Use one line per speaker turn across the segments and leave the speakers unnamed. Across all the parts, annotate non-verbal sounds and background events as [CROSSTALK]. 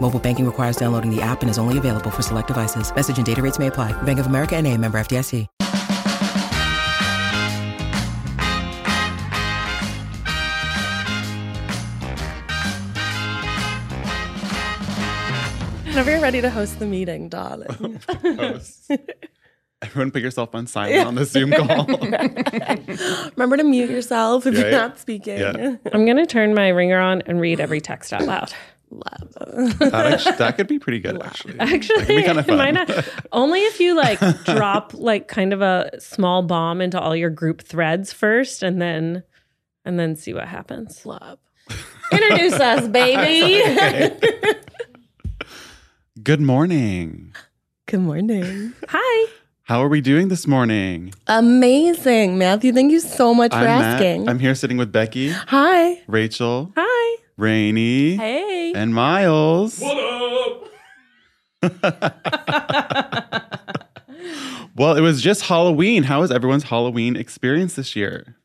Mobile banking requires downloading the app and is only available for select devices. Message and data rates may apply. Bank of America and a member FDIC.
Whenever you're ready to host the meeting, darling. [LAUGHS]
Host. Everyone put yourself on silent on the Zoom call.
Remember to mute yourself if
Yeah,
you're
yeah.
not speaking. [LAUGHS]
Yeah.
I'm going to turn my ringer on and read every text out loud.
Love. [LAUGHS]
that, actually, that could be pretty good, actually.
Actually,
that could be kind of
[LAUGHS] why
fun.
not?
[LAUGHS]
Only if you like drop like kind of a small bomb into all your group threads first and then and then see what happens.
Love.
Introduce us,
[LAUGHS]
baby.
good morning.
Good morning.
Hi.
How are we doing this morning?
Amazing, Matthew. Thank you so much for
I'm Matt.
asking.
I'm here sitting with Becky,
Hi.
Rachel,
Hi.
Rainey,
Hey.
and Miles. [LAUGHS] well, it was just Halloween. How was everyone's Halloween experience this year?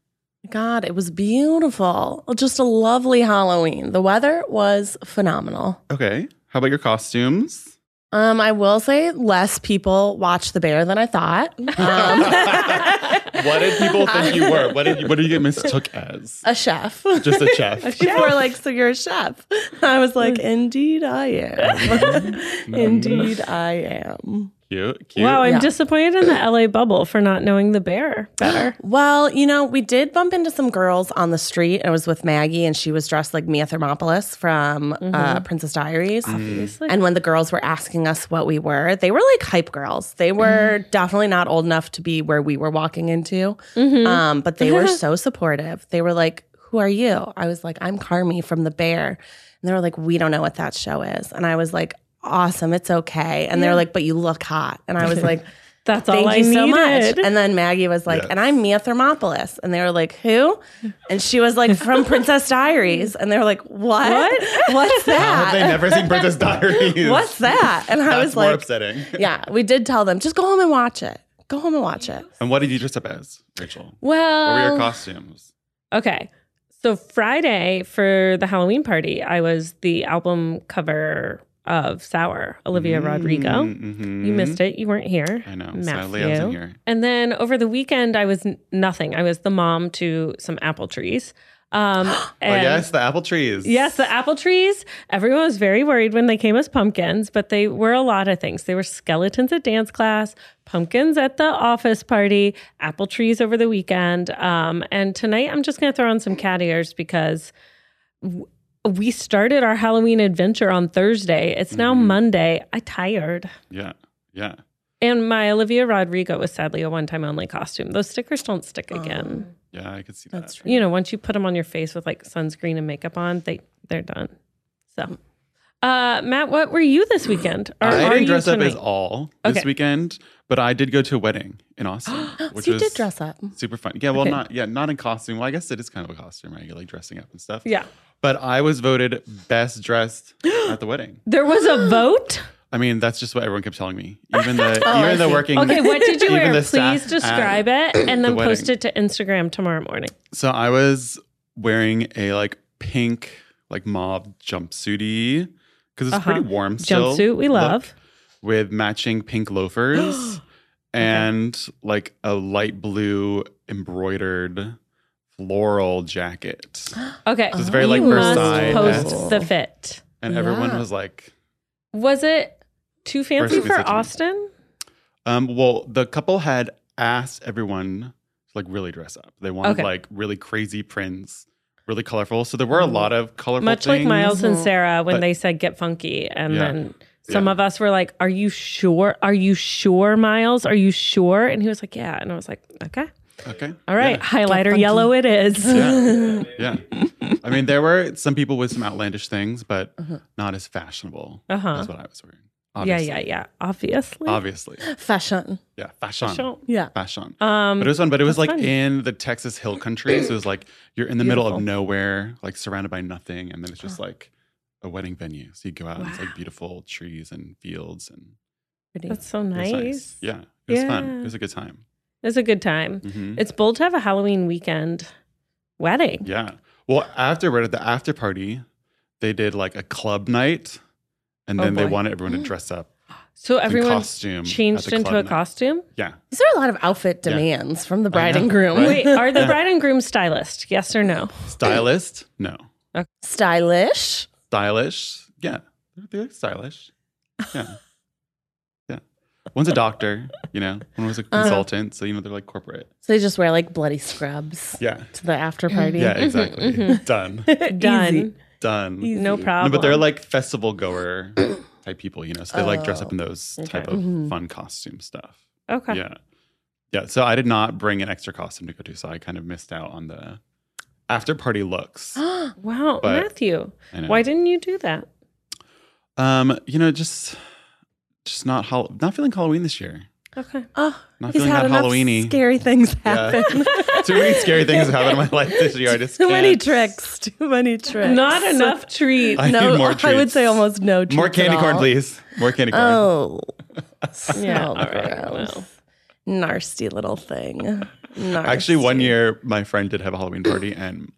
God, it was beautiful. Just a lovely Halloween. The weather was phenomenal.
Okay. How about your costumes?
Um, I will say less people watched the bear than I
[LAUGHS]
thought. Um, [LAUGHS]
What did people think you were? What did you, what did you get mistook as?
a chef.
Just a chef.
People were like, "So you're a chef?" [LAUGHS] I was like, "Indeed, I am. [LAUGHS] Indeed, I am."
Cute, cute.
Wow, I'm
Yeah.
disappointed in
[CLEARS THROAT]
the LA bubble for not knowing the bear
[GASPS]
better.
Well, you know, we did bump into some girls on the street. I was with Maggie, and she was dressed like Mia Thermopolis from uh, Princess Diaries.
Obviously.
And when the girls were asking us what we were, they were like hype girls. They were
Mm-hmm.
definitely not old enough to be where we were walking into,
Mm-hmm.
um, but they
[LAUGHS]
were so supportive. They were like, Who are you? I was like, I'm Carmi from The Bear. And they were like, We don't know what that show is. And I was like, Awesome, it's okay. And they were like, But you look hot. And
[LAUGHS]
I was like,
That's all
Thank
I
you
needed.
so much. And then Maggie was like,
Yes.
and I'm Mia Thermopolis. And they were like, who? And she was like,
[LAUGHS]
from Princess Diaries. And they were like, what? What's
How have they
that?
never seen Princess
[LAUGHS]
Diaries?
What's that? And I
That's
was
more
like,
upsetting.
yeah, we did tell them, just go home and watch it. Go home and watch it.
And what did you dress up as, Rachel? What were
well,
your costumes?
Okay. So Friday for the Halloween party, I was the album cover of Sour, Olivia Rodrigo. You missed it. You weren't here.
Mm-hmm. I know. Sadly, I wasn't here.
And then over the weekend, I was n- nothing. I was the mom to some apple trees.
[GASPS]
Um,
oh
and-
yes, the apple trees.
Yes, the apple trees. Everyone was very worried when they came as pumpkins, but they were a lot of things. They were skeletons at dance class, pumpkins at the office party, apple trees over the weekend. Um, and tonight I'm just going to throw on some cat ears because w- we started our Halloween adventure on Thursday. It's now
Mhm.
Monday. I tired.
Yeah. Yeah.
And my Olivia Rodrigo was sadly a one time only costume. Those stickers don't stick again.
Um,
Yeah. I could see that.
that's true.
you know, once you put them on your face with like sunscreen and makeup on, they they're done. So, uh, Matt, what were you this weekend? Or
I
are
didn't
you
dress up
tonight?
as all this
Okay.
weekend, but I did go to a wedding in Austin, which
so you
was
did dress up.
super fun. Yeah, well,
Okay.
not yeah, not in costume. Well, I guess it is kind of a costume, right? You're like dressing up and stuff.
Yeah,
But I was voted best
[GASPS]
dressed at the wedding.
there was a vote.
I mean, that's just what everyone kept telling me. Even
[LAUGHS]
the
Oh, I
even the
see.
working
Okay, what did you
even
wear?
the staff
Please
at
describe it and
the
then post
wedding.
it to Instagram tomorrow morning.
[LAUGHS] So I was wearing a like pink, like mauve jumpsuity because it's
Uh-huh.
pretty warm still.
Jumpsuit, we
Look,
love.
with matching pink
[GASPS]
loafers and like a light blue embroidered floral
[GASPS]
jacket.
Okay,
This is very, like,
you
Versailles-esque.
must post the fit.
And everyone
Yeah.
was like,
Was it too fancy
Versailles
for
is a-
Austin?
um, well, the couple had asked everyone to like really dress up. They wanted
Okay.
like really crazy prints, really colorful. So there were a lot of colorful
Mm. Much like
things.
Miles and
Mhm.
Sarah when
But-
they said get funky, and
Yeah.
then some
Yeah.
of us were like, "Are you sure? Are you sure, Miles? Are you sure?" And he was like, "Yeah," and I was like, "Okay,
Okay.
all right,
Yeah.
highlighter
funky."
yellow it is."
Yeah. yeah. I mean, there were some people with some outlandish things, but not as fashionable
Uh-huh.
as what I was wearing. [LAUGHS] Obviously.
Yeah, yeah, yeah. Obviously.
Obviously.
Fashion.
Yeah. Fashion. Fashion.
Sure.
Yeah.
Um,
but it was fun. But it was like
that's fun.
in the Texas hill country. So it was like you're in the middle of nowhere, like surrounded by nothing. And then it's just like a wedding venue. So you go out and it's like
Wow.
beautiful trees and fields. And
Pretty.
That's so
it was
nice.
Yeah. It was fun.
Yeah.
It was a good time.
It's a good time.
hmm
It's bold to have a Halloween weekend wedding.
Yeah. Well, afterward at the after party, they did like a club night, and
Oh,
then they
boy.
wanted everyone to dress
[GASPS]
up
So
in
everyone
costume, at
changed
the
into a
club night.
costume.
Yeah.
These are a lot of outfit
Yeah.
demands from the
I
bride and
know,
groom.
right?
Wait,
[LAUGHS]
are the bride and groom stylist? Yes or no?
Stylist? No.
[LAUGHS] Stylish.
Stylish? Yeah. They're- They're stylish.
[LAUGHS]
Yeah. yeah. One's a doctor, you know. One was a
Uh-huh.
consultant, so you know they're like corporate.
So they just wear like bloody scrubs
Yeah.
to the after
Mm-hmm.
party. Mm-hmm.
Yeah. Exactly. [LAUGHS]
[LAUGHS]
Done.
Done.
Done.
No
No,
mm-hmm. problem.
but they're like festival
[CLEARS THROAT]
goer type people, you know. So they like dress up in those type
okay.
of
Mhm.
fun costume stuff.
Oh, Mm-hmm. okay.
Yeah. Yeah. So I did not bring an extra costume to go to. So I kind of missed out on the after party
[GASPS]
looks.
Wow,
But-
Matthew,
I know.
why didn't you do that?
Um, you know, just just not hol- not feeling Halloween this year.
Okay.
Oh,
Not
he's
feeling
had
that
enough
Halloweeny.
scary things
[LAUGHS]
Yeah.
happen. [LAUGHS]
Too many scary things have happened in my life this year. I just
Too many
can't.
tricks. Too many tricks.
Not enough treats.
I
no,
need more
I would
treats.
say almost no. Treats
more
at
candy corn,
all.
please. More candy corn.
[LAUGHS]
Oh, so
Yeah, all right,
gross.
well.
Nasty little thing. Nasty.
Actually, one year my friend did have a Halloween party and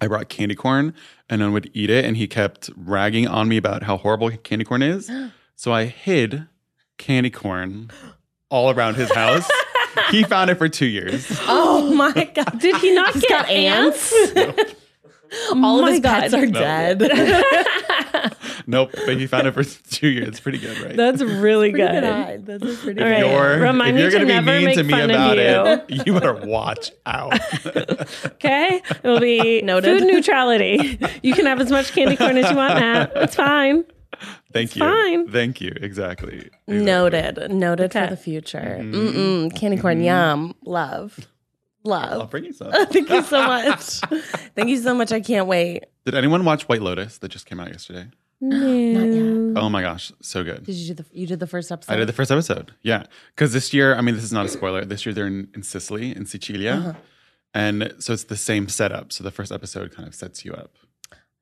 I brought candy corn and then would eat it and he kept ragging on me about how horrible candy corn
[GASPS]
is. So I hid candy corn all around his
[LAUGHS]
house. he found it for two years.
Oh my god!
Did he not
He's
get
got ants. [LAUGHS] Oh All
My
of his pets
God.
are dead.
Nope, but he found it for [LAUGHS] two years. It's pretty good, right? [LAUGHS]
That's really good.
Pretty good. That's a pretty
All
good
right.
You're-
Remind
if you're
me to
gonna
never
be mean
make
to me
fun of
about
you.
it, you better watch out.
[LAUGHS] Okay. It'll
[LAUGHS]
be
Noted.
food neutrality. [LAUGHS] You can have as much candy corn as you want, Matt. It's
[LAUGHS]
fine.
Thank you.
fine.
Thank you. Exactly. exactly.
Noted. Noted
Okay.
for the future.
Mm-hmm.
Mm-mm. Candy corn, yum. Love.
I'll
Love.
bring you some.
[LAUGHS] Thank you
[LAUGHS]
so much. Thank you so much. I can't wait.
Did anyone watch White Lotus that just came out yesterday?
No.
Oh my gosh, so good.
Did you do the you did the first episode?
I did the first episode. Yeah. Because this year, I mean, this is not a spoiler. This year they're in, in Sicilia, in Sicilia. And so it's the same setup. So the first episode kind of sets you up,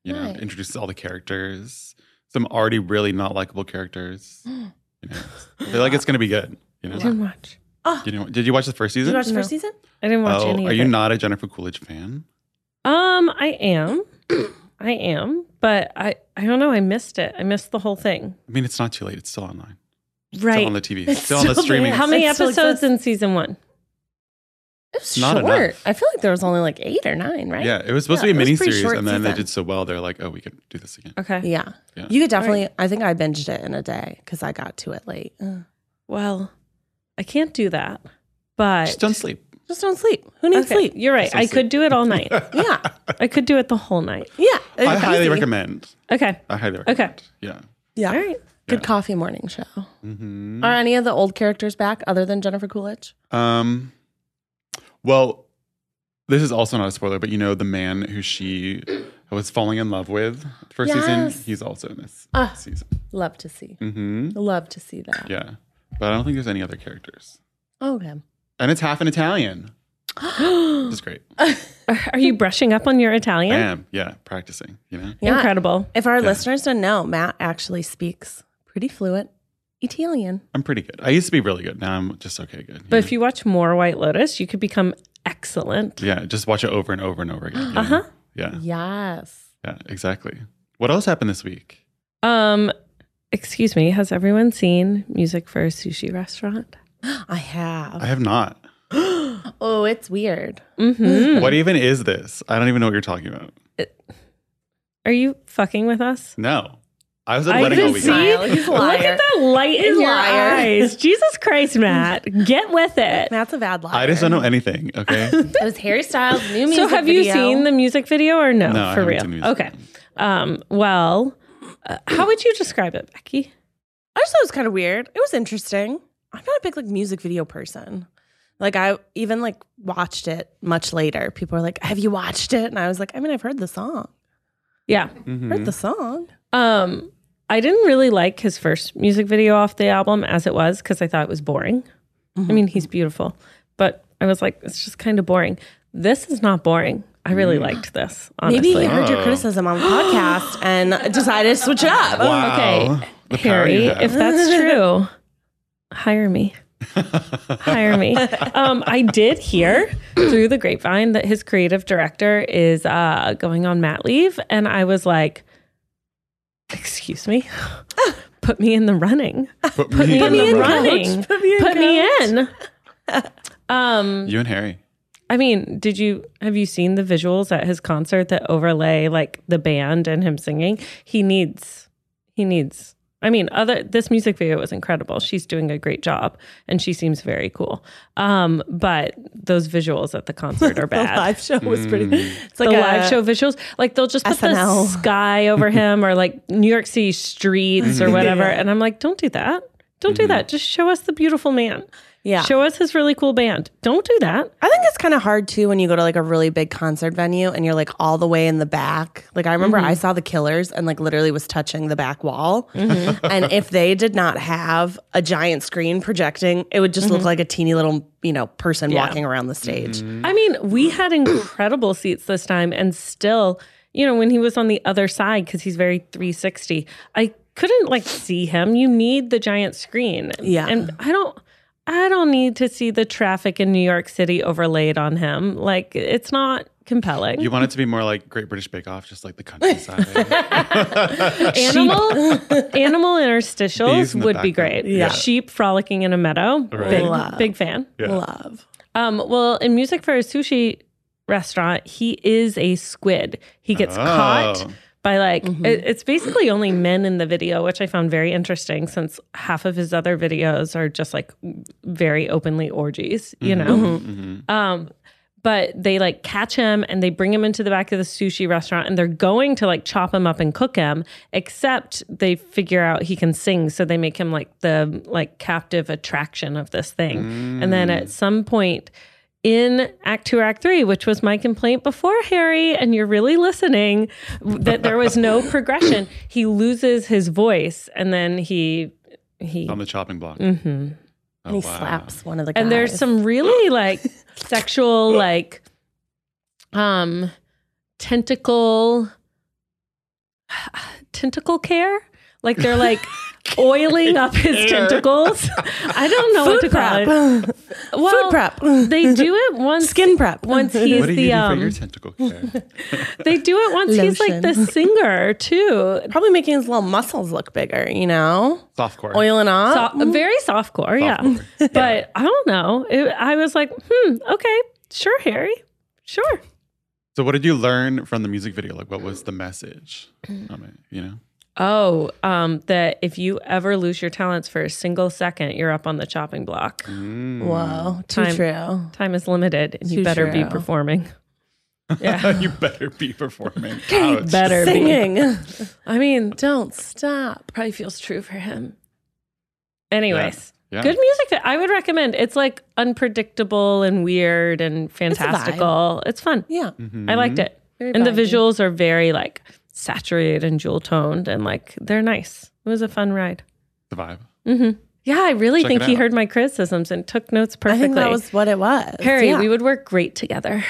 you know,
Nice.
introduces all the characters, some already really not likable characters. you know, I feel like it's going to be good. You know,
I didn't watch.
you know, did you watch the first
Did
season?
you watch the first
No.
season?
I didn't watch
oh,
any.
are
of
you
it.
not a Jennifer Coolidge fan?
Um, I am. [CLEARS THROAT] I am, but I I don't know. I missed it. I missed the whole thing.
I mean, it's not too late. It's still online, still
Right.
on the TV,
It's
still, on
still
the
there.
streaming.
How many
It still
episodes
exists.
in season one?
It was
Not
short.
enough.
I feel like there was only like eight or nine, right?
Yeah, it was supposed
Yeah,
to be a
it
mini
was pretty
series,
short
and then they
season.
did so well, they're like, oh, we could do this again.
Okay.
Yeah.
Yeah.
You could definitely I think I binged it in a day because I got to it late. Ugh.
Well, I can't do that. But
Just don't sleep.
Just don't sleep. Who needs
Okay, [LAUGHS]
sleep?
You're right. I could do it all night.
[LAUGHS]
Yeah.
I could do it the whole night.
Yeah.
I
It's
highly
easy.
recommend.
Okay.
I highly
Okay.
recommend. Yeah.
Yeah.
All right.
Good coffee morning show.
Mm-hmm.
Are any of the old characters back other than Jennifer Coolidge?
Um. Well, this is also not a spoiler, but you know the man who she was falling in love with the first season.
Yes.
He's also in this season.
Love to see.
hmm
Love to see that.
Yeah, but I don't think there's any other characters,
Oh,
Okay.
and it's half
[GASPS]
an Italian. It's great.
[LAUGHS] Are you brushing up on your
I
Italian?
am. Yeah, practicing. You know.
Yeah.
Incredible.
If our listeners don't know, Matt actually speaks pretty fluent Italian.
I'm pretty good. I used to be really good. Now I'm just okay good. you
But
know?
if you watch more White Lotus, you could become excellent.
yeah, just watch it over and over and over again. Uh
[GASPS] Uh-huh.
Yeah.
Yes.
Yeah. Exactly. What else happened this week?
Um, excuse me, has everyone seen Music for a Sushi Restaurant?
I have.
I have not.
oh, it's weird.
Mm-hmm.
What even is this? I don't even know what you're talking about.
Are you fucking with us?
No. I was at a
I
wedding all
[LAUGHS]
can
weekend.
see.
Smile. He's a
Look
liar.
at that light in your
liar.
[LAUGHS] eyes. Jesus Christ, Matt. Get with it.
Matt's a bad liar.
I just don't know anything,
[LAUGHS]
okay?
It was Harry Styles' new music
So have you
video.
seen the music video or no?
No, I
for
haven't
real.
seen the music
okay. Um, well, uh, how would you describe it, Becky?
I just thought it was kind of weird. It was interesting. I'm not a big like music video person. Like I even like watched it much later. People were like, "Have you
Mm-hmm.
Mm-hmm.
watched it?" And I was like, "I mean, I've heard the song.
Yeah.
Heard the song."
Um, I didn't really like his first music video off the album as it was because I thought it was boring. I mean, he's beautiful, but I was like, it's just kind of boring. This is not boring. I really liked this, honestly. Oh.
Maybe he heard your criticism on the podcast and decided to switch it up.
Wow.
Oh, Okay,
The power
Harry,
you have.
if that's true, hire me. hire me. Um, I did hear through the grapevine that his creative director is uh, going on mat leave, and I was like, "Excuse me, [LAUGHS] put me in the running.
put, me
Put me
the
in
running.
running. Put me in." [LAUGHS] Um,
You and Harry.
I mean, did you have you seen the visuals at his concert that overlay like the band and him singing? He needs he needs I mean, other this music video was incredible. She's doing a great job and she seems very cool. Um, but those visuals at the concert [LAUGHS]
[LAUGHS]
are
The
bad. Mm-hmm.
live show was pretty. It's like
the
a
live show visuals, like they'll just put
SNL.
the sky
[LAUGHS]
over him or like New York City streets
Mm-hmm.
or whatever. And I'm like, don't do that. Don't do that. Just show us the beautiful man.
Yeah.
Show us his really cool band. Don't do that.
I think it's kind of hard too when you go to like a really big concert venue and you're like all the way in the back. Like I remember
Mm-hmm.
I saw the Killers and like literally was touching the back wall.
Mm-hmm.
and if they did not have a giant screen projecting, it would just
Mm-hmm.
look like a teeny little, you know, person walking around the stage.
I mean, we had incredible seats this time, and still, you know, when he was on the other side, because he's very 360, I couldn't like see him. You need the giant screen.
Yeah.
And I don't. I don't need to see the traffic in New York City overlaid on him. Like it's not compelling.
You want it to be more like Great British Bake Off, just like the countryside.
animal
[LAUGHS]
animal
Bees
interstitials
in the
would be
background.
great. Sheep frolicking in a meadow. Big,
Love.
big fan.
Love.
Um, well, in music for a sushi restaurant, he is a squid. [LAUGHS] He gets
Oh.
caught by like
Mm-hmm.
it- it's basically only men in the video, which I found very interesting since half of his other videos are just like very openly orgies, you know.
Mhm.
Um, but they like catch him and they bring him into the back of the sushi restaurant and they're going to like chop him up and cook him, except they figure out he can sing. So they make him like the like captive attraction of this thing.
Mm-hmm.
And then
Mm.
at some point in act two or act three, which was my complaint before Harry, and you're really listening, that there was no progression. He loses his voice and then he he
Mm-hmm.
Mm-hmm.
on the chopping block. Oh,
And he
wow.
slaps one of the guys.
and there's some really like
[LAUGHS]
sexual like um tentacle [SIGHS] tentacle care like they're
[LAUGHS]
like oiling up his tentacles [LAUGHS] i don't know what to
food
call
prep.
it well
food prep.
they do it once
Skin prep.
once he's
What do you do
the
for
[LAUGHS]
your
um
tentacle care?
they do it once he's like the
Lotion.
singer too
Probably making his little muscles look bigger, you know?
Softcore.
Oiling up.
so, very soft core, yeah.
[LAUGHS]
Softcore,
But I don't know. It, I was like, hmm, okay, sure, Harry, sure.
So, what did you learn from the music video? Like, what was the message? Of it, you know,
Oh, um, that if you ever lose your talents for a single second, you're up on the chopping block.
Mm.
Whoa, too
Time.
true.
Time is limited, and you
Too
better be
true. [LAUGHS]
performing. Yeah,
[LAUGHS] you better be performing. Ouch.
better be.
Singing.
I mean,
Don't stop.
probably feels true for him. Anyways,
Yeah.
good music. vi- I would recommend. It's like unpredictable and weird and fantastical. It's, fun.
Yeah.
Mm-hmm.
I liked it,
Very
and the
vibey.
visuals are very like saturated and jewel toned, and like they're nice. It was a fun ride.
The vibe.
Yeah, I really
Check
think
it
he
out.
heard my criticisms and took notes
I
perfectly.
think that was what it was.
Harry,
Yeah.
we would work great together.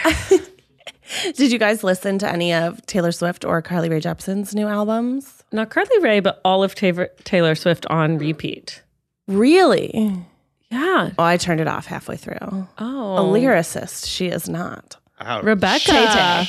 Did you guys listen to any of Taylor Swift or Carly Rae Jepsen's new albums?
Not Carly Rae, but all of Taylor, Taylor Swift on repeat.
Really?
Yeah.
Oh, I turned it off halfway through.
Oh.
A lyricist, she is not.
Ouch.
Rebecca.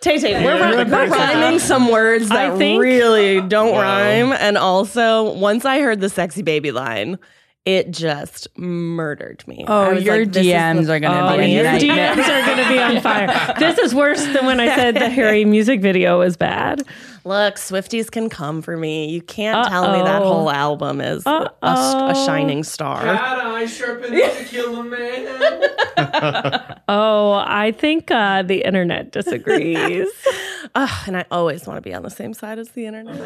Tay Tay, we're,
Yeah,
ri- we're
Rebecca's
rhyming
not.
some words
I
that
think-
really don't
Wow.
rhyme. And also, once I heard the sexy baby line, it just murdered me. I
Oh,
was
your
like, this is
DMs
the-
are gonna
Oh,
be
your
a nightmare.
DMs are going to be on fire. This is worse than when I said the Harry music video was bad.
Look, Swifties can come for me. You can't tell me that
Uh-oh.
whole album is a, a shining star.
I sharpened up to kill a man.
Oh, I think uh, the internet disagrees.
Ugh, and I always want to be on the same side as the internet.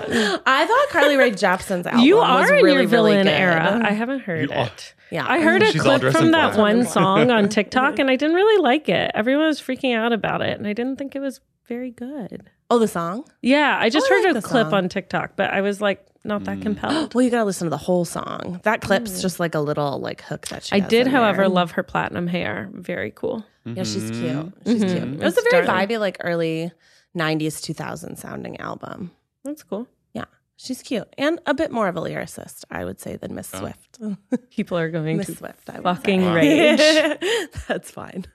I thought Carly [LAUGHS] Rae Jepsen's album
[LAUGHS] you
was
are in
really,
your villain
really good.
era. I haven't heard
You are.
it.
Yeah.
I heard a
She's all
clip
dressed
from
in
that
black.
one
[LAUGHS]
song on TikTok, and I didn't really like it. Everyone was freaking out about it, and I didn't think it was very good.
Oh, the song?
Yeah, I just
I
heard
like
a
the
clip
song.
on TikTok, but I was like not
Mm.
that compelled.
Well, you gotta listen to the whole song. That clip's just like a little like hook that she.
I
has
did,
in
however,
there.
love her platinum hair. Very cool.
Yeah, she's
Mm-hmm.
cute. She's cute. Mm-hmm. It was a
It's
very
darling.
vibey, like early '90s, 2000 sounding album.
That's cool.
Yeah, she's cute and a bit more of a lyricist, I would say, than Miss Swift.
People are going
Miss
to
Swift, I would
fucking
say.
rage
[LAUGHS] That's fine.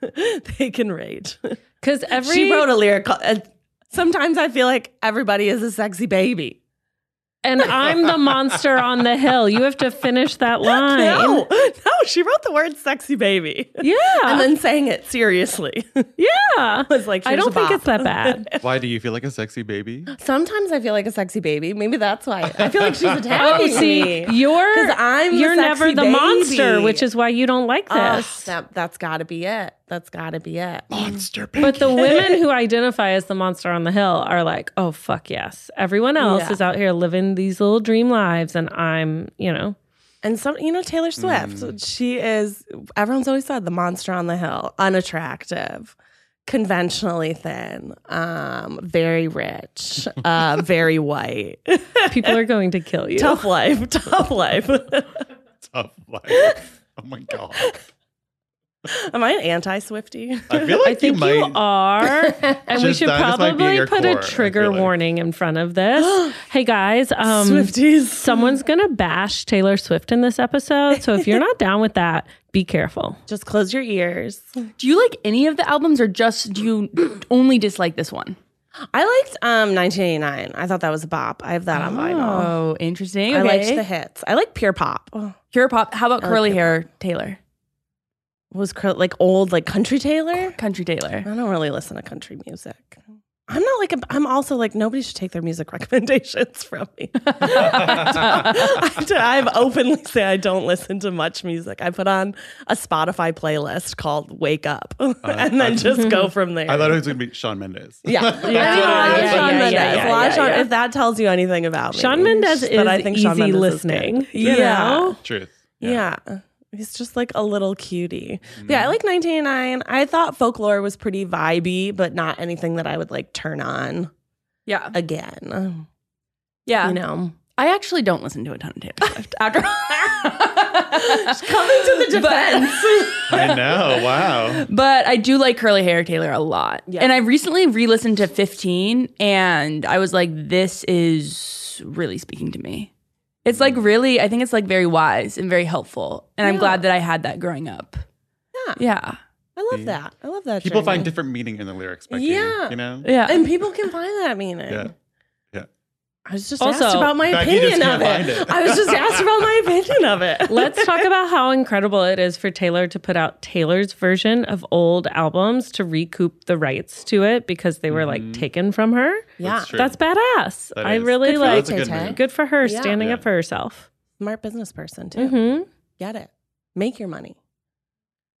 they can rage.
because every
She wrote a lyric. called- Uh, sometimes I feel like everybody is a sexy baby. [LAUGHS]
and I'm the monster on the hill. You have to finish that line.
No, [LAUGHS] no, she wrote the word "sexy baby" Uh.
Yeah,
and then sang it [LAUGHS] seriously.
yeah.
was like,
I
here's
don't
a
think
bop.
it's that
[LAUGHS]
bad.
Why do you feel like a sexy baby?
Sometimes I feel like a sexy baby. Maybe that's why I feel [LAUGHS] like she's
Oh,
attacking
see,
me.
you're
'Cause I'm the
you're never
sexy
the
baby.
monster, which is why you don't like
Ugh,
this.
Ah, that that's got to be it. That's got to be it.
Monster baby.
but the
[LAUGHS]
women who identify as the monster on the hill are like, oh fuck yes. Everyone else
Yeah.
is out here living these little dream lives, and I'm, you know,
And some, you know, Taylor Swift. She is. Everyone's always said the monster on the hill, unattractive, conventionally thin, um, very rich, [LAUGHS] uh, very white.
people are going to
[LAUGHS]
kill you.
tough life. Tough life.
Tough life. Oh my god.
Am I an anti-Swifty?
I feel like
I think
you
you,
might. [LAUGHS]
are, and we
Just
should
that- this might be
probably
your
put
core,
a
I
trigger
feel like.
warning in front of
[GASPS]
this. hey guys, um,
[LAUGHS]
Swifties.
someone's gonna bash Taylor Swift in this episode, so if you're not down with that, be careful.
Just close your e- ears.
Do you like any of the albums or just do you only dislike this one?
I liked um 1989. I thought that was a bop. I have that on vinyl.
Oh, interesting.
I liked
okay.
the hits. I like pure pop. Oh,
Pure pop. How about curly hair Taylor?
was cr- like old like country Taylor.
Country Taylor.
I don't really listen to country music. I'm not like a, I'm also like nobody [LAUGHS] should take their music recommendations from me. I do-
[LAUGHS]
I've openly say I don't listen to much music. I put on a Spotify playlist called "Wake Up" [LAUGHS]
Uh,
and then just
mm-hmm.
go from there.
I thought it was gonna be Sean Mendes.
yeah, yeah,
yeah, yeah,
Sean
yeah,
Mendes.
yeah,
A lot of
yeah,
Shawn-
yeah.
If that tells you anything about me,
Sean Mendez
but
is
I think Shawn
easy
Mendes is good.
listening. you
Yeah.
know?
Truth.
Yeah. He's just like a little cutie. But yeah, I like 1989. I thought folklore was pretty vibey, but not anything that I would like turn on
Yeah.
again.
Yeah.
You know,
I actually don't listen to a ton of Taylor Swift. [LAUGHS] After
coming to the defense.
Mm. I know. Wow.
[LAUGHS] But I do like curly hair Taylor a lot.
Yeah.
And I recently re listened to 15 and I was like, this is really speaking to me. It's like really, I think it's like very wise and very helpful. And I'm glad that I had that growing up.
Yeah.
Yeah.
I love that. I love that.
People
journey.
find different meaning in the lyrics. Becky,
Yeah.
You know.
Yeah.
and people can find that meaning.
Yeah. Yeah.
I was just
Also,
asked about my
Becky just
opinion of
can't
it.
find it.
I was just asked about
[LAUGHS]
my opinion of it.
Let's talk about how incredible it is for Taylor to put out Taylor's version of old albums to recoup the rights to it because they were like taken from her.
yeah,
Mm-hmm. true.
That's badass.
That
I
is.
really
Good for
like
That's a good
Tay-Tay.
move.
good for her
Yeah.
standing
Yeah.
up for herself.
smart business person too.
hmm
Mm-hmm. Get it. Make your money.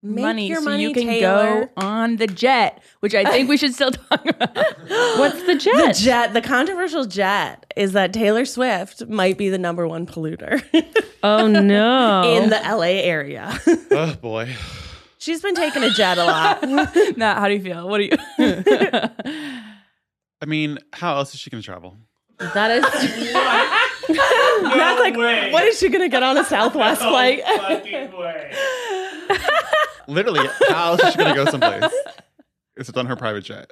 Make
money,
your
so
money,
you can
Taylor.
[LAUGHS] go on the jet, which I think we should still talk about.
What's the jet?
The jet, the controversial jet, is that Taylor Swift might be the number one polluter [LAUGHS]
Oh
[LAUGHS]
no!
in the LA area. [LAUGHS]
Oh boy.
She's been taking a jet a lot.
Matt, how do you
[LAUGHS]
feel? What do you?
I mean, how else is she gonna travel?
That is. That's like, what is she gonna get on a
[LAUGHS]
Southwest flight?
Literally, how else is she gonna go
[LAUGHS]
someplace? Except on her private jet.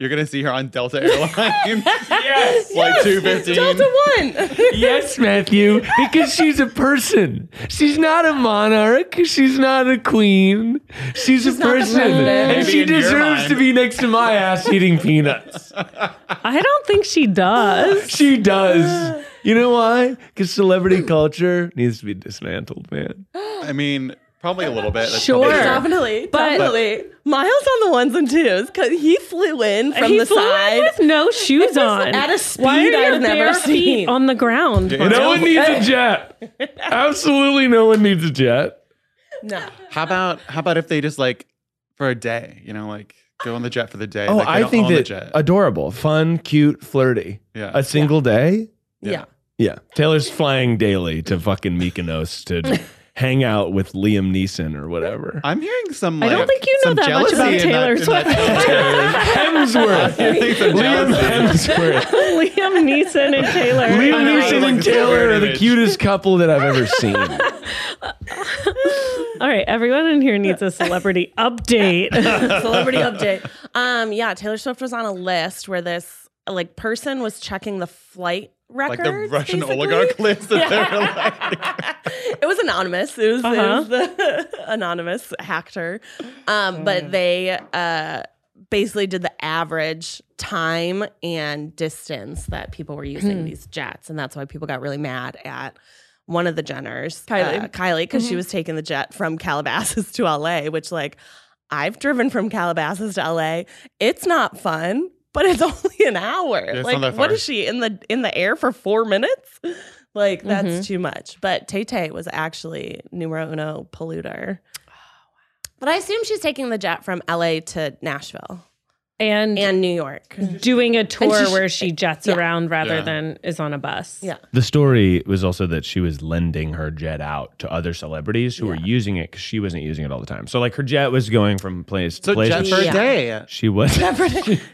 You're gonna see her on Delta Airlines,
Yes.
flight two fifteen.
Delta One.
Yes, Matthew, because she's a person. She's not a monarch. She's not a queen. She's, a person.
president.
And
Maybe
she
in your
deserves
mind.
to be next to my ass eating peanuts.
I don't think
[LAUGHS]
she does.
She does. You know why? Because celebrity culture needs to be dismantled, man.
I mean, probably a little bit. That's
Sure.
probably fair.
Definitely, definitely. Miles on the ones and twos because he flew in from
he
the
flew in
side.
with no shoes on
at a
Why are
speed
your
I've never
bare feet
seen.
on the ground?
No one needs a jet. Absolutely no one needs a jet.
No,
How about how about if they just like for a day? You know, like go on the jet for the day.
Oh,
like, they
I
don't
think
own the
that
jet.
adorable, fun, cute, flirty.
Yeah.
A single day?
yeah.
[LAUGHS] Yeah. Taylor's flying daily to fucking Mykonos to hang out with Liam Neeson or whatever.
I'm hearing some.
I
Like,
don't think you know
some
that much
jealousy
about
in that-
Taylor
in that [LAUGHS]
Hemsworth. [LAUGHS]
I think some
Liam
jealousy.
[LAUGHS]
Hemsworth. [LAUGHS]
Liam Neeson and Taylor.
Liam
know,
Neeson
like,
and
it's a
Taylor
weird
are the
image.
cutest couple that I've ever seen.
All right, everyone in here needs
[LAUGHS]
a celebrity update.
Celebrity update. Um, yeah, Taylor Swift was on a list where this like person was checking the flight
like
records.
the Russian
basically.
oligarch list that they're like.
[LAUGHS] it was anonymous. It was, it
Uh-huh.
was the [LAUGHS] anonymous hacker. Um, but they uh, basically did the average time and distance that people were using these jets. And that's why people got really mad at one of the Jenners,
Kylie.
uh, Kylie, because
Mm-hmm.
she was taking the jet from Calabasas to LA, which, like, I've driven from Calabasas to LA. It's not fun. But it's [LAUGHS] only an hour.
it's
like,
not that
what
far.
is she in the in the air for four minutes? [LAUGHS] Like that's
Mm-hmm.
too much. But Tay Tay was actually numero uno polluter.
Oh,
But I assume she's taking the jet from LA to Nashville
and,
and New York. [LAUGHS]
Mm-hmm. doing a tour [LAUGHS]
she-
where she jets
yeah.
around rather
Yeah.
than is on a bus.
Yeah.
[LAUGHS] The story was also that she was lending her jet out to other celebrities who were using it because she wasn't using it all the time. So like her jet was going from place to
So
place.
jet for a
Yeah.
day.
[LAUGHS] she was.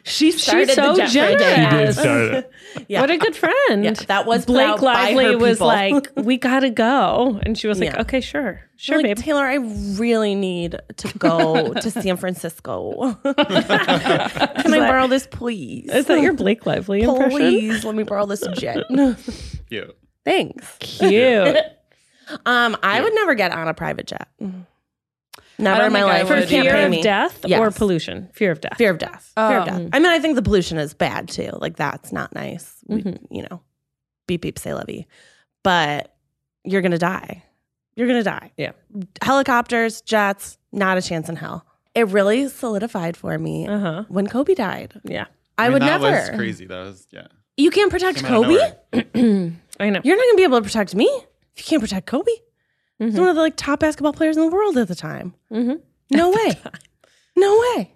She started
so
the jet for a day.
generous.
Did start it.
Yeah.
What a good friend.
Yeah, that was put
Blake
out by her
Lively was
people. [LAUGHS]
like, we gotta go. And she was like,
Yeah.
okay, sure. Sure,
Like,
babe.
Taylor, I really need to
[LAUGHS]
go to San Francisco. Can I borrow this, please?
is that your Blake Lively impression?
please let me borrow this
[LAUGHS]
jet?
Yeah.
Thanks.
Cute.
Um, I would never get on a private jet.
Mm.
Never in my
think I
life.
would
For
Would you
fear
pay
of
me.
death Um.
Yes.
or pollution? Fear of death.
Fear of death. Fear
Oh.
of death. I mean, I think the pollution is bad too. Like that's not nice. We,
Mm-hmm.
You know, beep beep say levy, but you're gonna die. You're gonna die.
Yeah.
Helicopters, jets, not a chance in hell. It really solidified for me
Uh huh.
when Kobe died.
Yeah.
I,
mean,
would
that
never.
was crazy. That was yeah.
You can't protect
Came out of
Kobe.
nowhere.
I know.
You're not gonna be able to protect me if you can't protect Kobe. He's
Mhm.
one of the like top basketball players in the world at the time.
Mhm.
No way. No [LAUGHS] way.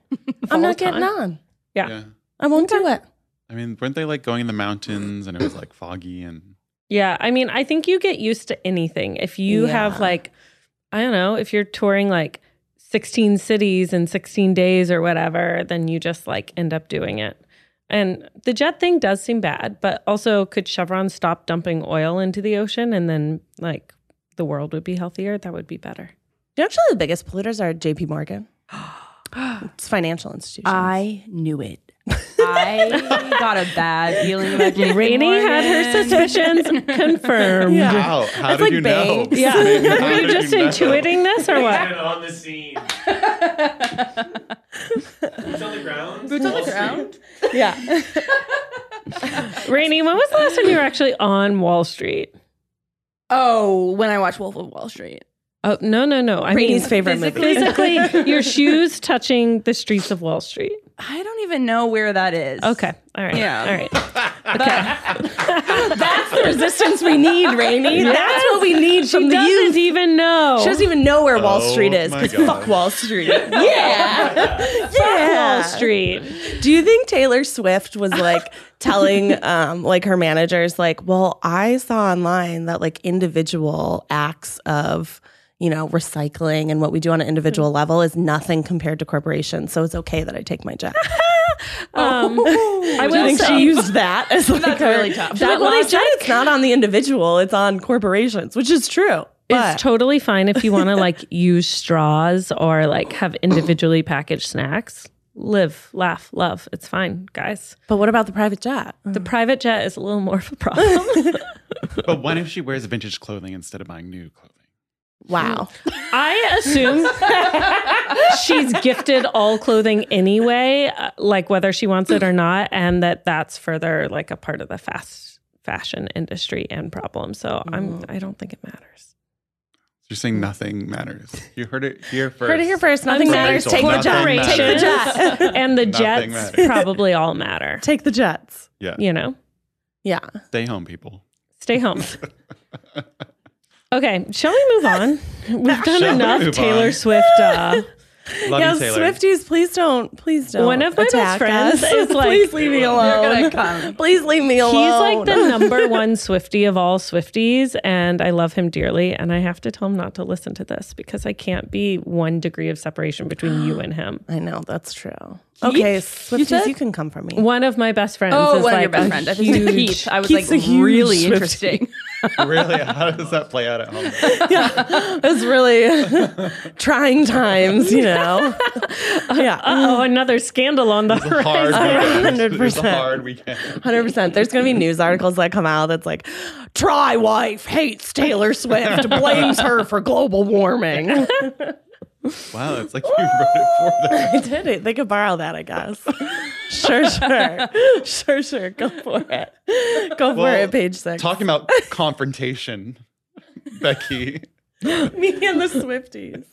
I'm not getting
time.
on.
Yeah.
Yeah.
I won't do it.
I mean, weren't they like going in the mountains and it was like foggy and
Yeah, I mean, I think you get used to anything. If you have
Yeah.
like, I don't know, if you're touring like 16 cities in 16 days or whatever, then you just like end up doing it. And the jet thing does seem bad, but also could Chevron stop dumping oil into the ocean and then like the world would be healthier? That would
[LAUGHS]
be better.
You know, actually, the biggest polluters are JP [GASPS] Morgan. It's financial institutions.
I knew it. I got a bad feeling about JP
Rainey had her
[LAUGHS]
Morgan.
suspicions confirmed.
Yeah.
wow? How
It's
did
like
you
bangs.
know?
[LAUGHS] Yeah.
[LAUGHS]
Megan, [LAUGHS] how
Were you
did
just
you know? [LAUGHS]
intuiting this or
[LAUGHS]
what?
on the scene.
Boots on the ground.
Boots on the ground.
yeah.
Rainey, when was the last time you were actually on Wall Street?
Oh, when I watched Wolf of Wall Street.
Oh no no no! I
Rainey's
mean,
favorite
physically-
movie. [LAUGHS]
basically your shoes touching the streets of Wall Street.
I don't even know where that is.
Okay, all right,
Yeah.
all right.
That's the [LAUGHS] resistance we need, [LAUGHS] Rainy. That's what we need
She
from the
doesn't
youth.
even know.
She doesn't even know where Wall
Oh
Street is
my
because
God.
fuck Wall
[LAUGHS]
Street. [LAUGHS] Yeah. yeah.
Wall Street.
Do you think Taylor Swift was [LAUGHS] like telling um like her managers like, "Well, I saw online that like individual acts of, you know, recycling and what we do on an individual level is nothing compared to corporations, so it's okay that I take my [LAUGHS] job."
Um, I
[LAUGHS] Do you
will
think
say
she used that as like
That's
her-
really tough.
She's
That
like, well, they said
logic-
it's not on the individual; it's on corporations, which is true. But
it's totally fine if you want to like [LAUGHS] use straws or like have individually packaged snacks. Live, laugh, love. It's fine, guys.
but what about the private jet?
The private jet is a little more of
[LAUGHS]
a problem.
But what if she wears vintage clothing instead of buying new clothing?
Wow.
I assume she's gifted all clothing anyway, uh, like whether she wants it or not, and that that's further like a part of the fast fashion industry and problem. So
Mm.
I'm I don't think it matters.
You're saying nothing matters. You heard it here first.
Heard it here first. Nothing
I'm
matters.
sorry.
Take the jet.
Nothing
Take the
matters.
jet.
and the
Nothing
jets
matters.
probably all matter.
Take the jets.
Yeah.
You know,
Yeah.
Stay home, people. [LAUGHS]
stay home. Okay, shall we move on? We've done
[LAUGHS]
Shall we
enough
move
Taylor
on?
Swift uh,
Love
yeah,
you, Taylor.
Swifties, please don't, please don't.
One of my best
attack
friends
us. [LAUGHS]
is like-
please leave me
gonna
alone. [LAUGHS]
come.
Please leave me alone.
He's like the number one Swifty of all Swifties, and I love him dearly. And I have to tell him not to listen to this because I can't be one degree of separation between you and him.
[LAUGHS] I know that's true. Okay, Swifties, you,
said-
can come for
[LAUGHS]
me.
One of my best friends
Oh,
is
one
like
of your best
a
friends. I think it's
huge-
Keith. I was
Keith's
like
a huge
really
Swiftie.
interesting.
[LAUGHS] really? How does that play out at home?
[LAUGHS] It's really [LAUGHS] trying times, you know.
[LAUGHS]
yeah,
Oh, another scandal
[LAUGHS]
on the
Hard
horizon.
weekend. [LAUGHS] It was a
100%.
hard weekend.
hundred percent. There's gonna be news articles that come out that's like, "Try wife hates Taylor Swift, blames her for global
[LAUGHS]
warming." I
Wow, it's like you wrote it for them.
did it. They could borrow that, I
[LAUGHS]
guess. sure, sure, sure, sure. Go for it. Go for
Well,
it. Page six.
Talking
[LAUGHS]
about confrontation, Becky.
me and the Swifties.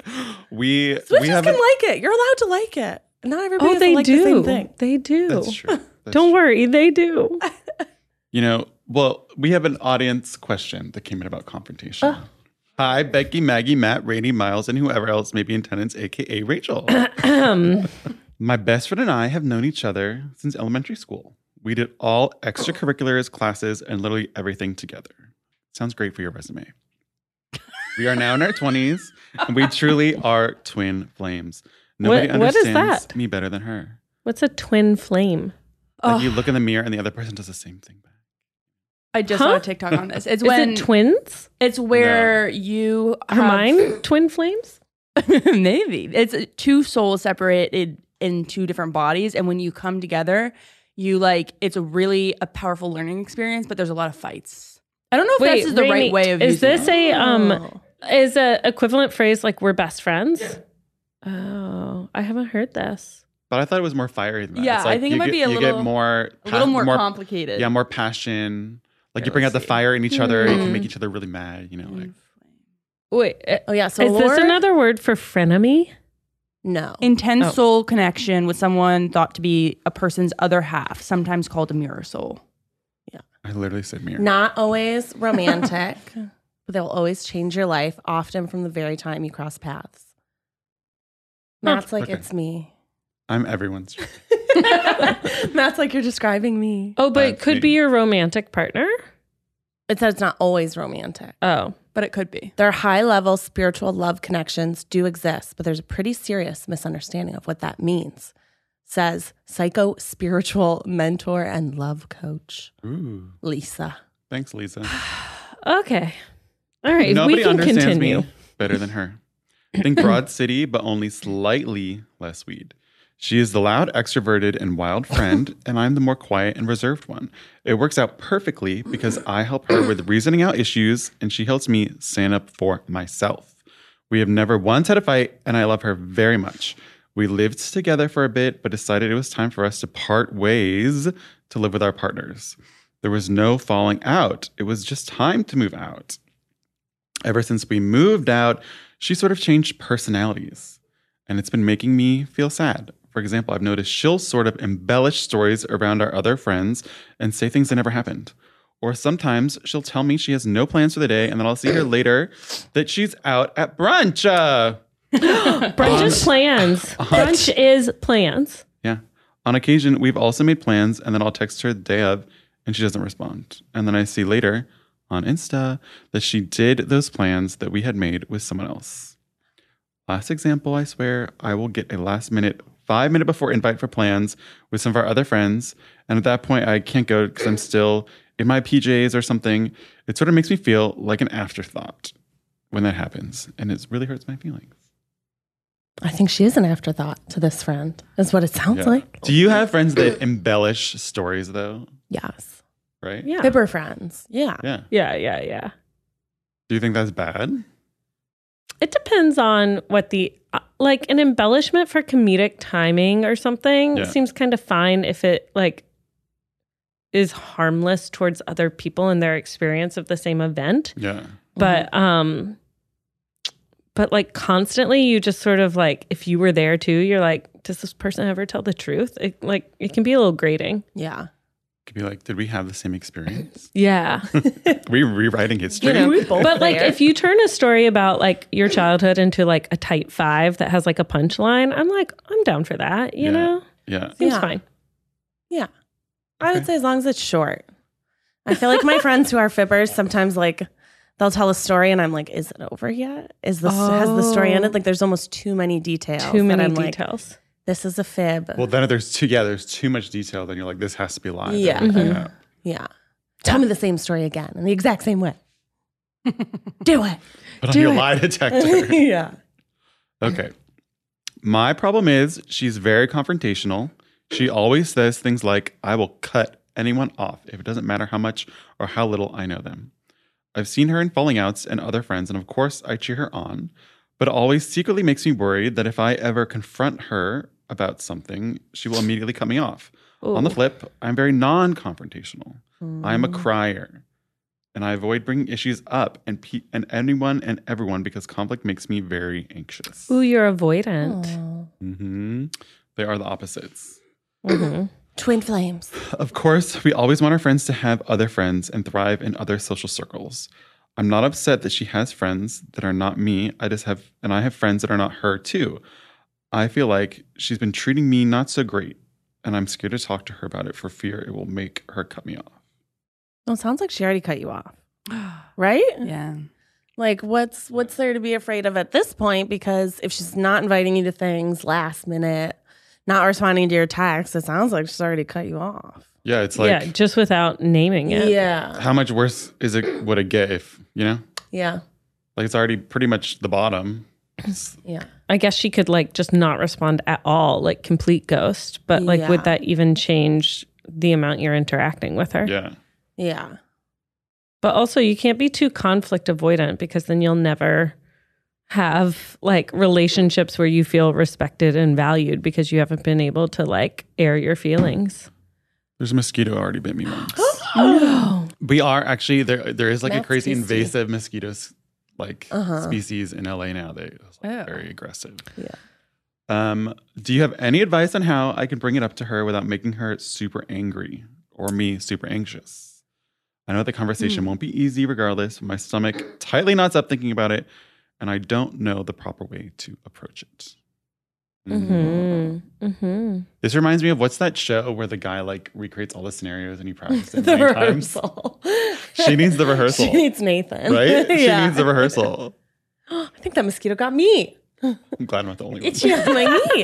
We we
Swifties can
haven't.
like it. You're allowed to like it. Not everybody
Oh,
has
they
to like the
do.
same thing.
they do.
[LAUGHS]
That's true. That's
Don't
true.
worry, they do.
You know, well, we have an audience question that came in about confrontation.
Ah.
Hi, Becky, Maggie, Matt, Rainey, Miles, and whoever else may be in attendance, aka
[CLEARS THROAT]
Rachel. My best friend and I have known each other since elementary school. We did all extracurriculars, classes, and literally everything together. Sounds great for your resume. We are now in our 20s, and we truly are twin flames. Nobody
What- what is
understands
that?
me better than her.
What's a twin flame?
Like you look in the mirror, and the other person does the same thing back.
I just
Huh?
saw a TikTok on this. It's
Is
when
it twins?
it's where you
Are
have-
mine twin flames?
[LAUGHS] Maybe it's uh, two souls separated in two different bodies, and when you come together, you like it's a really a powerful learning experience. But there's a lot of fights. I don't know if this is the
Rainey,
right way of
is
using
this
it.
a um
Oh.
is a equivalent phrase like we're best friends? Oh, I haven't heard this.
But I thought it was more fiery than that.
Yeah,
It's
I
like
think it
you
might
get,
be a
you
little-
get more,
a little
pa-
more, complicated?
Yeah, more passion. Like
Here,
you bring out
let's
the
see.
fire in each other. You can
Mm.
make each other really mad. You know, like
Wait,
eh,
uh,
Oh yeah. So
is
Laura,
this another word for frenemy?
no.
Intense
Oh.
soul connection with someone thought to be a person's other half, sometimes called a mirror soul. Hmm.
I literally said mirror.
Not [LAUGHS] always romantic, but they'll always change your life, often from the very time you cross paths. Matt's like,
Okay.
it's me.
I'm
[LAUGHS]
everyone's.
[LAUGHS] Matt's like, you're describing me.
Oh, but it
That's
could be
me.
your romantic partner.
It says it's not always romantic.
Oh,
But it could be.
Their high level spiritual love connections do exist, but there's a pretty serious misunderstanding of what that means, says psycho spiritual mentor and love coach
Ooh,
Lisa.
thanks, Lisa.
okay. All right,
Nobody
we can
understands
continue.
me better than her. Think
[LAUGHS]
Broad City, but only slightly less weed. She is the loud, extroverted, and wild
[LAUGHS]
friend, and I'm the more quiet and reserved one. It works out perfectly because I help her with reasoning out issues, and she helps me stand up for myself. We have never once had a fight, and I love her very much. We lived together for a bit, but decided it was time for us to part ways to live with our partners. There was no falling out, it was just time to move out ever since we moved out, she sort of changed personalities. And it's been making me feel sad. For example, I've noticed she'll sort of embellish stories around our other friends and say things that never happened. Or sometimes she'll tell me she has no plans for the day, and then I'll see her later that she's out at brunch. Uh,
Brunch is
[LAUGHS]
plans. Brunch is plans.
yeah. On occasion, we've also made plans, and then I'll text her the day of, and she doesn't respond. And then I see later on Insta that she did those plans that we had made with someone else. Last example, I swear, I will get a last minute, five minute before invite for plans with some of our other friends. And at that point, I can't go because I'm still in my PJs or something. It sort of makes me feel like an afterthought when that happens. And it really hurts my feelings.
I think she is an afterthought to this friend, is what it sounds
Yeah.
like.
Do you have friends that embellish stories though?
Yes.
Right?
Yeah.
Pipper friends. Yeah.
Yeah.
Yeah, yeah, yeah.
Do you think that's bad?
It depends on what the uh, like an embellishment for comedic timing or something
Yeah.
seems kind of fine if it like is harmless towards other people and their experience of the same event.
Yeah.
Mm-hmm.
But um but like constantly you just sort of like if you were there too, you're like does this person ever tell the truth? It like it can be a little grating.
Yeah.
could be like, did we have the same experience?
Yeah.
we rewriting history.
You know, both
but like
there.
if you turn a story about like your childhood into like a tight five that has like a punchline, I'm like, I'm down for that, you
Yeah.
know?
yeah.
Seems
Yeah.
fine.
Yeah. I
Okay.
would say as long as it's short. I feel like my friends who are fibbers sometimes like they'll tell a story and I'm like, is it over yet? Is this has the story
Oh.
ended? Like there's almost too many details.
Too
that
many
I'm like,
details.
this is a fib.
Well, then if there's too yeah, there's too much detail. Then you're like, this has to be live.
Yeah. Mm-hmm.
Like,
Mhm.
yeah.
yeah. Tell me the same story again in the exact same
[LAUGHS]
way. Do it.
Put on
Do
your
it.
lie
[LAUGHS]
detector.
yeah.
okay. My problem is she's very confrontational. She always says things like, I will cut anyone off if it doesn't matter how much or how little I know them. I've seen her in falling outs and other friends, and of course I cheer her on, but it always secretly makes me worried that if I ever confront her about something, she will immediately cut me off. On the flip, I'm very non confrontational. I'm a crier, and I avoid bringing issues up and, pe- and anyone and everyone because conflict makes me very anxious.
Ooh, you're avoidant.
hmm They are the opposites.
Mhm.
Twin flames.
Of course, we always want our friends to have other friends and thrive in other social circles. I'm not upset that she has friends that are not me. I just have, and I have friends that are not her too. I feel like she's been treating me not so great, and I'm scared to talk to her about it for fear it will make her cut me off.
Well, it sounds like she already cut you
[GASPS]
off. Right?
Yeah.
Like what's what's there to be afraid of at this point? Because if she's not inviting you to things last minute, not responding to your texts, it sounds like she's already cut you off.
Yeah, it's like,
yeah, just without naming it.
Yeah.
how much worse is it would it get if you know?
Yeah.
Like it's already pretty much the bottom. It's-
Yeah.
I guess she could like just not respond at all, like complete ghost. But like,
Yeah.
would that even change the amount you're interacting with her?
yeah, [GASPS]
Yeah.
But also, you can't be too conflict avoidant because then you'll never have like relationships where you feel respected and valued because you haven't been able to like air your feelings.
there's a mosquito already bit me once. [GASPS] We are actually there. There is like a
That's
crazy
tasty.
invasive mosquitoes like
Uh-huh.
species in LA now. They it's, like,
Oh.
very aggressive.
Yeah.
Um, do you have any advice on how I can bring it up to her without making her super angry or me super anxious? I know the
Hmm.
conversation won't be easy regardless. My stomach tightly knots up thinking about it, and I don't know the proper way to approach it.
Mm-hmm.
hmm
Mm-hmm.
hmm
This reminds me of what's that show where the guy like recreates all the scenarios and he practices
[LAUGHS]
it many times. She needs the rehearsal.
she needs Nathan. [LAUGHS]
Right? She
yeah.
needs the rehearsal.
I think that mosquito got me.
I'm glad I'm not the only one.
Itchy on
[LAUGHS]
my knee.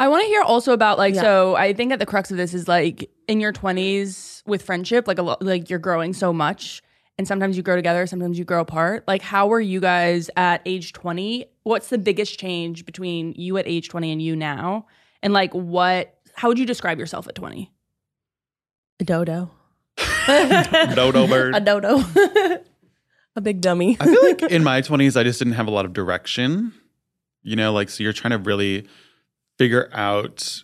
I want to hear also about like
Yeah.
so. I think at the crux of this is like in your twenties with friendship, like a lo- like you're growing so much, and sometimes you grow together, sometimes you grow apart. Like, how were you guys at age twenty? What's the biggest change between you at age twenty and you now? And like, what? How would you describe yourself at twenty?
A [LAUGHS] dodo.
Dodo bird.
A dodo. [LAUGHS] a big dummy.
I feel like in my 20s, I just didn't have a lot of direction. You know, like, so you're trying to really figure out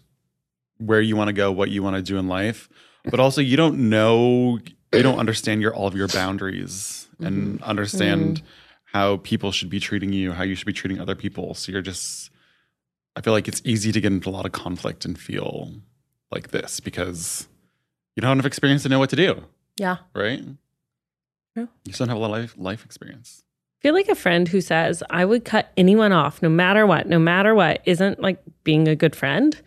where you want to go, what you want to do in life. But also, you don't know, you don't understand your all of your boundaries
Mm-hmm.
and understand how people should be treating you, how you should be treating other people. So you're just, I feel like it's easy to get into a lot of conflict and feel like this because you don't have enough experience to know what to do,
Yeah.
right?
True.
You just don't have a lot of life, life experience.
feel like a friend who says i would cut anyone off no matter what no matter what isn't like being a good friend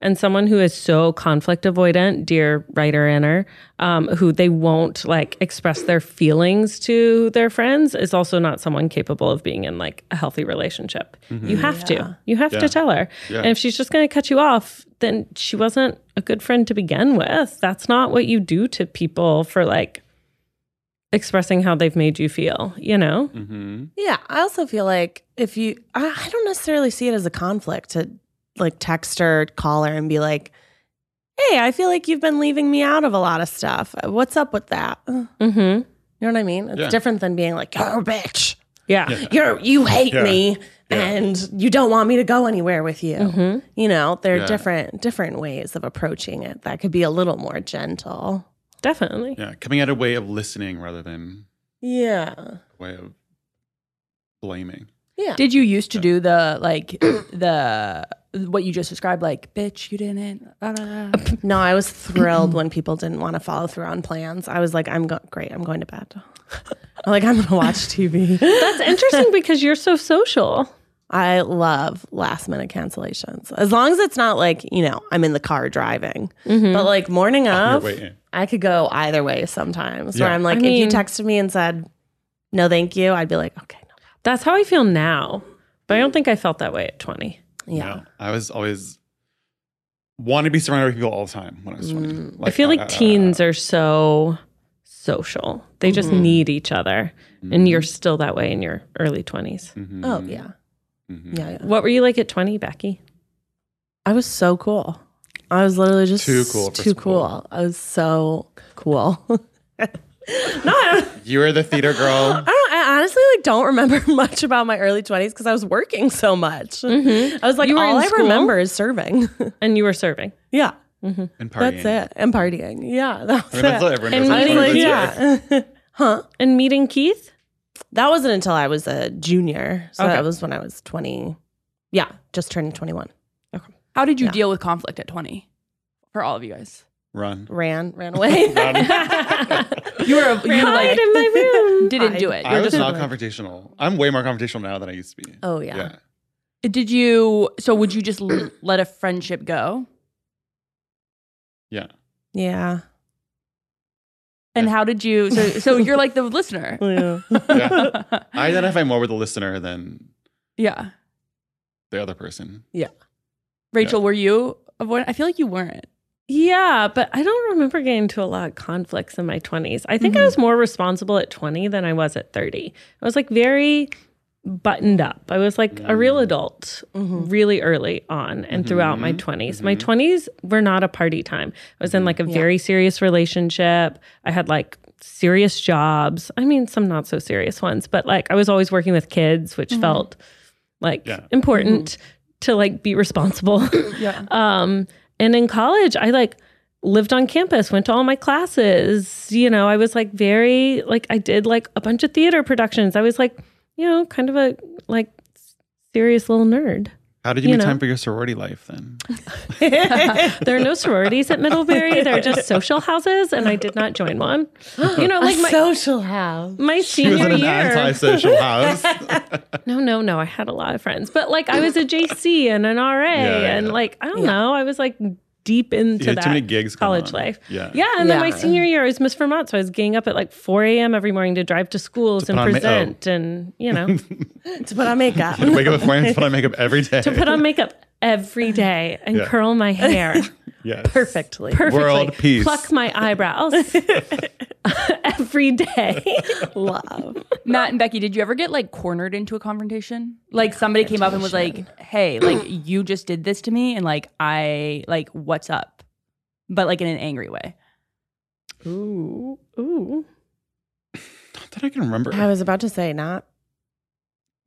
and someone who is so conflict avoidant dear writer inner um, who they won't like express their feelings to their friends is also not someone capable of being in like a healthy relationship you have to you have
Mm. Yeah.
to tell her
Mm-hmm. Yeah.
and if she's just going to cut you off then she wasn't a good friend to begin with that's not what you do to people for like expressing how they've made you feel you know
Mm-hmm.
Yeah, I also feel like if you, I, I don't necessarily see it as a conflict to like text her, call her, and be like, "Hey, I feel like you've been leaving me out of a lot of stuff. What's up with that?" You
Mm-hmm.
know what I mean? It's
Yeah.
different than being like, "You're a bitch.
Yeah.
You're you hate
Yeah.
me, and you don't want me to go anywhere with you."
Mhm.
You know, there are
Yeah.
different different ways of approaching it that could be a little more gentle.
[LAUGHS]
Definitely.
Yeah, coming at a way of listening rather than
Yeah,
a way of blaming.
yeah.
Did you used to do the like the what you just described, like, bitch, you didn't. da, da, da."
No, I was [CLEARS THROAT] thrilled when people didn't want to follow through on plans. I was like, I'm go- great. I'm going to bed. [LAUGHS] I'm like, I'm going to watch TV.
That's interesting because you're so social.
[LAUGHS] I love last minute cancellations. As long as it's not like, you know, I'm in the car driving. But like morning of,
waiting.
I could go either way sometimes where
Yeah.
I'm like,
I
if you
mean-
texted me and said, no, thank you, I'd be like, okay,
That's how I feel now. But I don't think I felt that way at 20.
no. Yeah.
No, I was always want to be surrounded by people all the time when I was uh, 20.
Mm. I feel like teens are so social. They just need each other. And you're still that way in your early 20s.
Mm-hmm.
Oh, yeah. Yeah, yeah.
What were you like at 20, Becky?
I was so cool. I was literally just
Too cool for
Too
school.
cool. I was so cool. [LAUGHS] no, I don't.
You were uh, the theater girl.
[LAUGHS]
I don't. I honestly like don't remember [LAUGHS] much about my early twenties because I was working so much. I was like,
You were
all
in
I
school?
remember is serving. [LAUGHS]
And you were serving.
yeah,
And partying.
that's it. And partying. Yeah, [LAUGHS] that was
I mean, that's
it.
what everyone
And
does.
I
That's
was
what
like,
everyone does.
yeah, [LAUGHS]
And meeting Keith?
that wasn't until I was a junior. So
Okay.
that was when I was twenty. Yeah, just turning twenty-one.
How did you deal with conflict at 20 for all of you guys?
Run.
Ran, ran
[LAUGHS]
away. [LAUGHS]
You were, you
Hide
like,
in my room.
didn't do it.
I
You're
was
just,
not confrontational. I'm way more confrontational now than I used to be.
oh yeah.
did you, so would you just l- let a friendship go?
Yeah.
yeah,
And
Yeah.
how did you, so, so you're like the listener.
yeah,
[LAUGHS]
Yeah.
[SIGHS]
I identify more with the listener than
yeah.
the other person.
Rachel, were you avoidant? I feel like you weren't.
Yeah, but I don't remember getting into a lot of conflicts in my 20s. I think I was more responsible at 20 than I was at 30. I was like very buttoned up. I was like a real adult
Mm-hmm.
really early on and throughout my 20s. My 20s were not a party time. I was in like a very serious relationship. I had like serious jobs. I mean, some not so serious ones, but like I was always working with kids, which felt like
Yeah.
important to like be responsible.
Yeah.
[LAUGHS] Um, and in college, I like lived on campus, went to all my classes. You know, I was like very like I did like a bunch of theater productions. I was like, you know, kind of a like serious little nerd.
How did you,
You
make
know.
time for your sorority life
[LAUGHS]
then?
There are no sororities
[LAUGHS]
at Middlebury. There are just social houses, and I did not join one.
[GASPS]
You know, like my
social house.
my
She was
senior
in an
year.
antisocial house.
[LAUGHS] No, no, no. I had a lot of friends, but like I was a JC and an RA,
Yeah,
and
yeah.
like I don't know, I was like deep into
You had
that
too many gigs going
college
on.
life.
Yeah. [LAUGHS]
yeah. And then my
Yeah.
senior year, I was Miss Vermont, so I was getting up at like 4 a.m. every morning to drive to schools and
put on ma- oh.
present, and you know,
To put on makeup.
Wake up at four and put on makeup every day.
to put on makeup every day and
Yeah.
curl my hair
[LAUGHS] yes.
Perfectly.
perfectly,
World peace.
pluck my eyebrows [LAUGHS] every day.
Love.
Matt and Becky, did you ever get like cornered into a confrontation? Like somebody came up and was like, "Hey, like you just did this to me," and like I like, "What's up?" But like in an angry way.
Ooh, ooh.
Not that I can remember.
I was about to say not.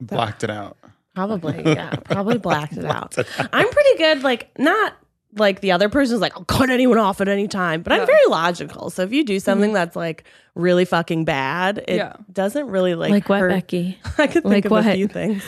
Blacked it out. [LAUGHS]
[LAUGHS] Probably, yeah. Probably blacked it out. I'm pretty good, like not like the other person's like, I'll cut anyone off at any time, but I'm very logical. So if you do something that's like really fucking bad, it
Yeah.
doesn't really like
Like what,
hurt-
Becky?
[LAUGHS]
[LAUGHS]
I could think
Like
of
what?
a few things.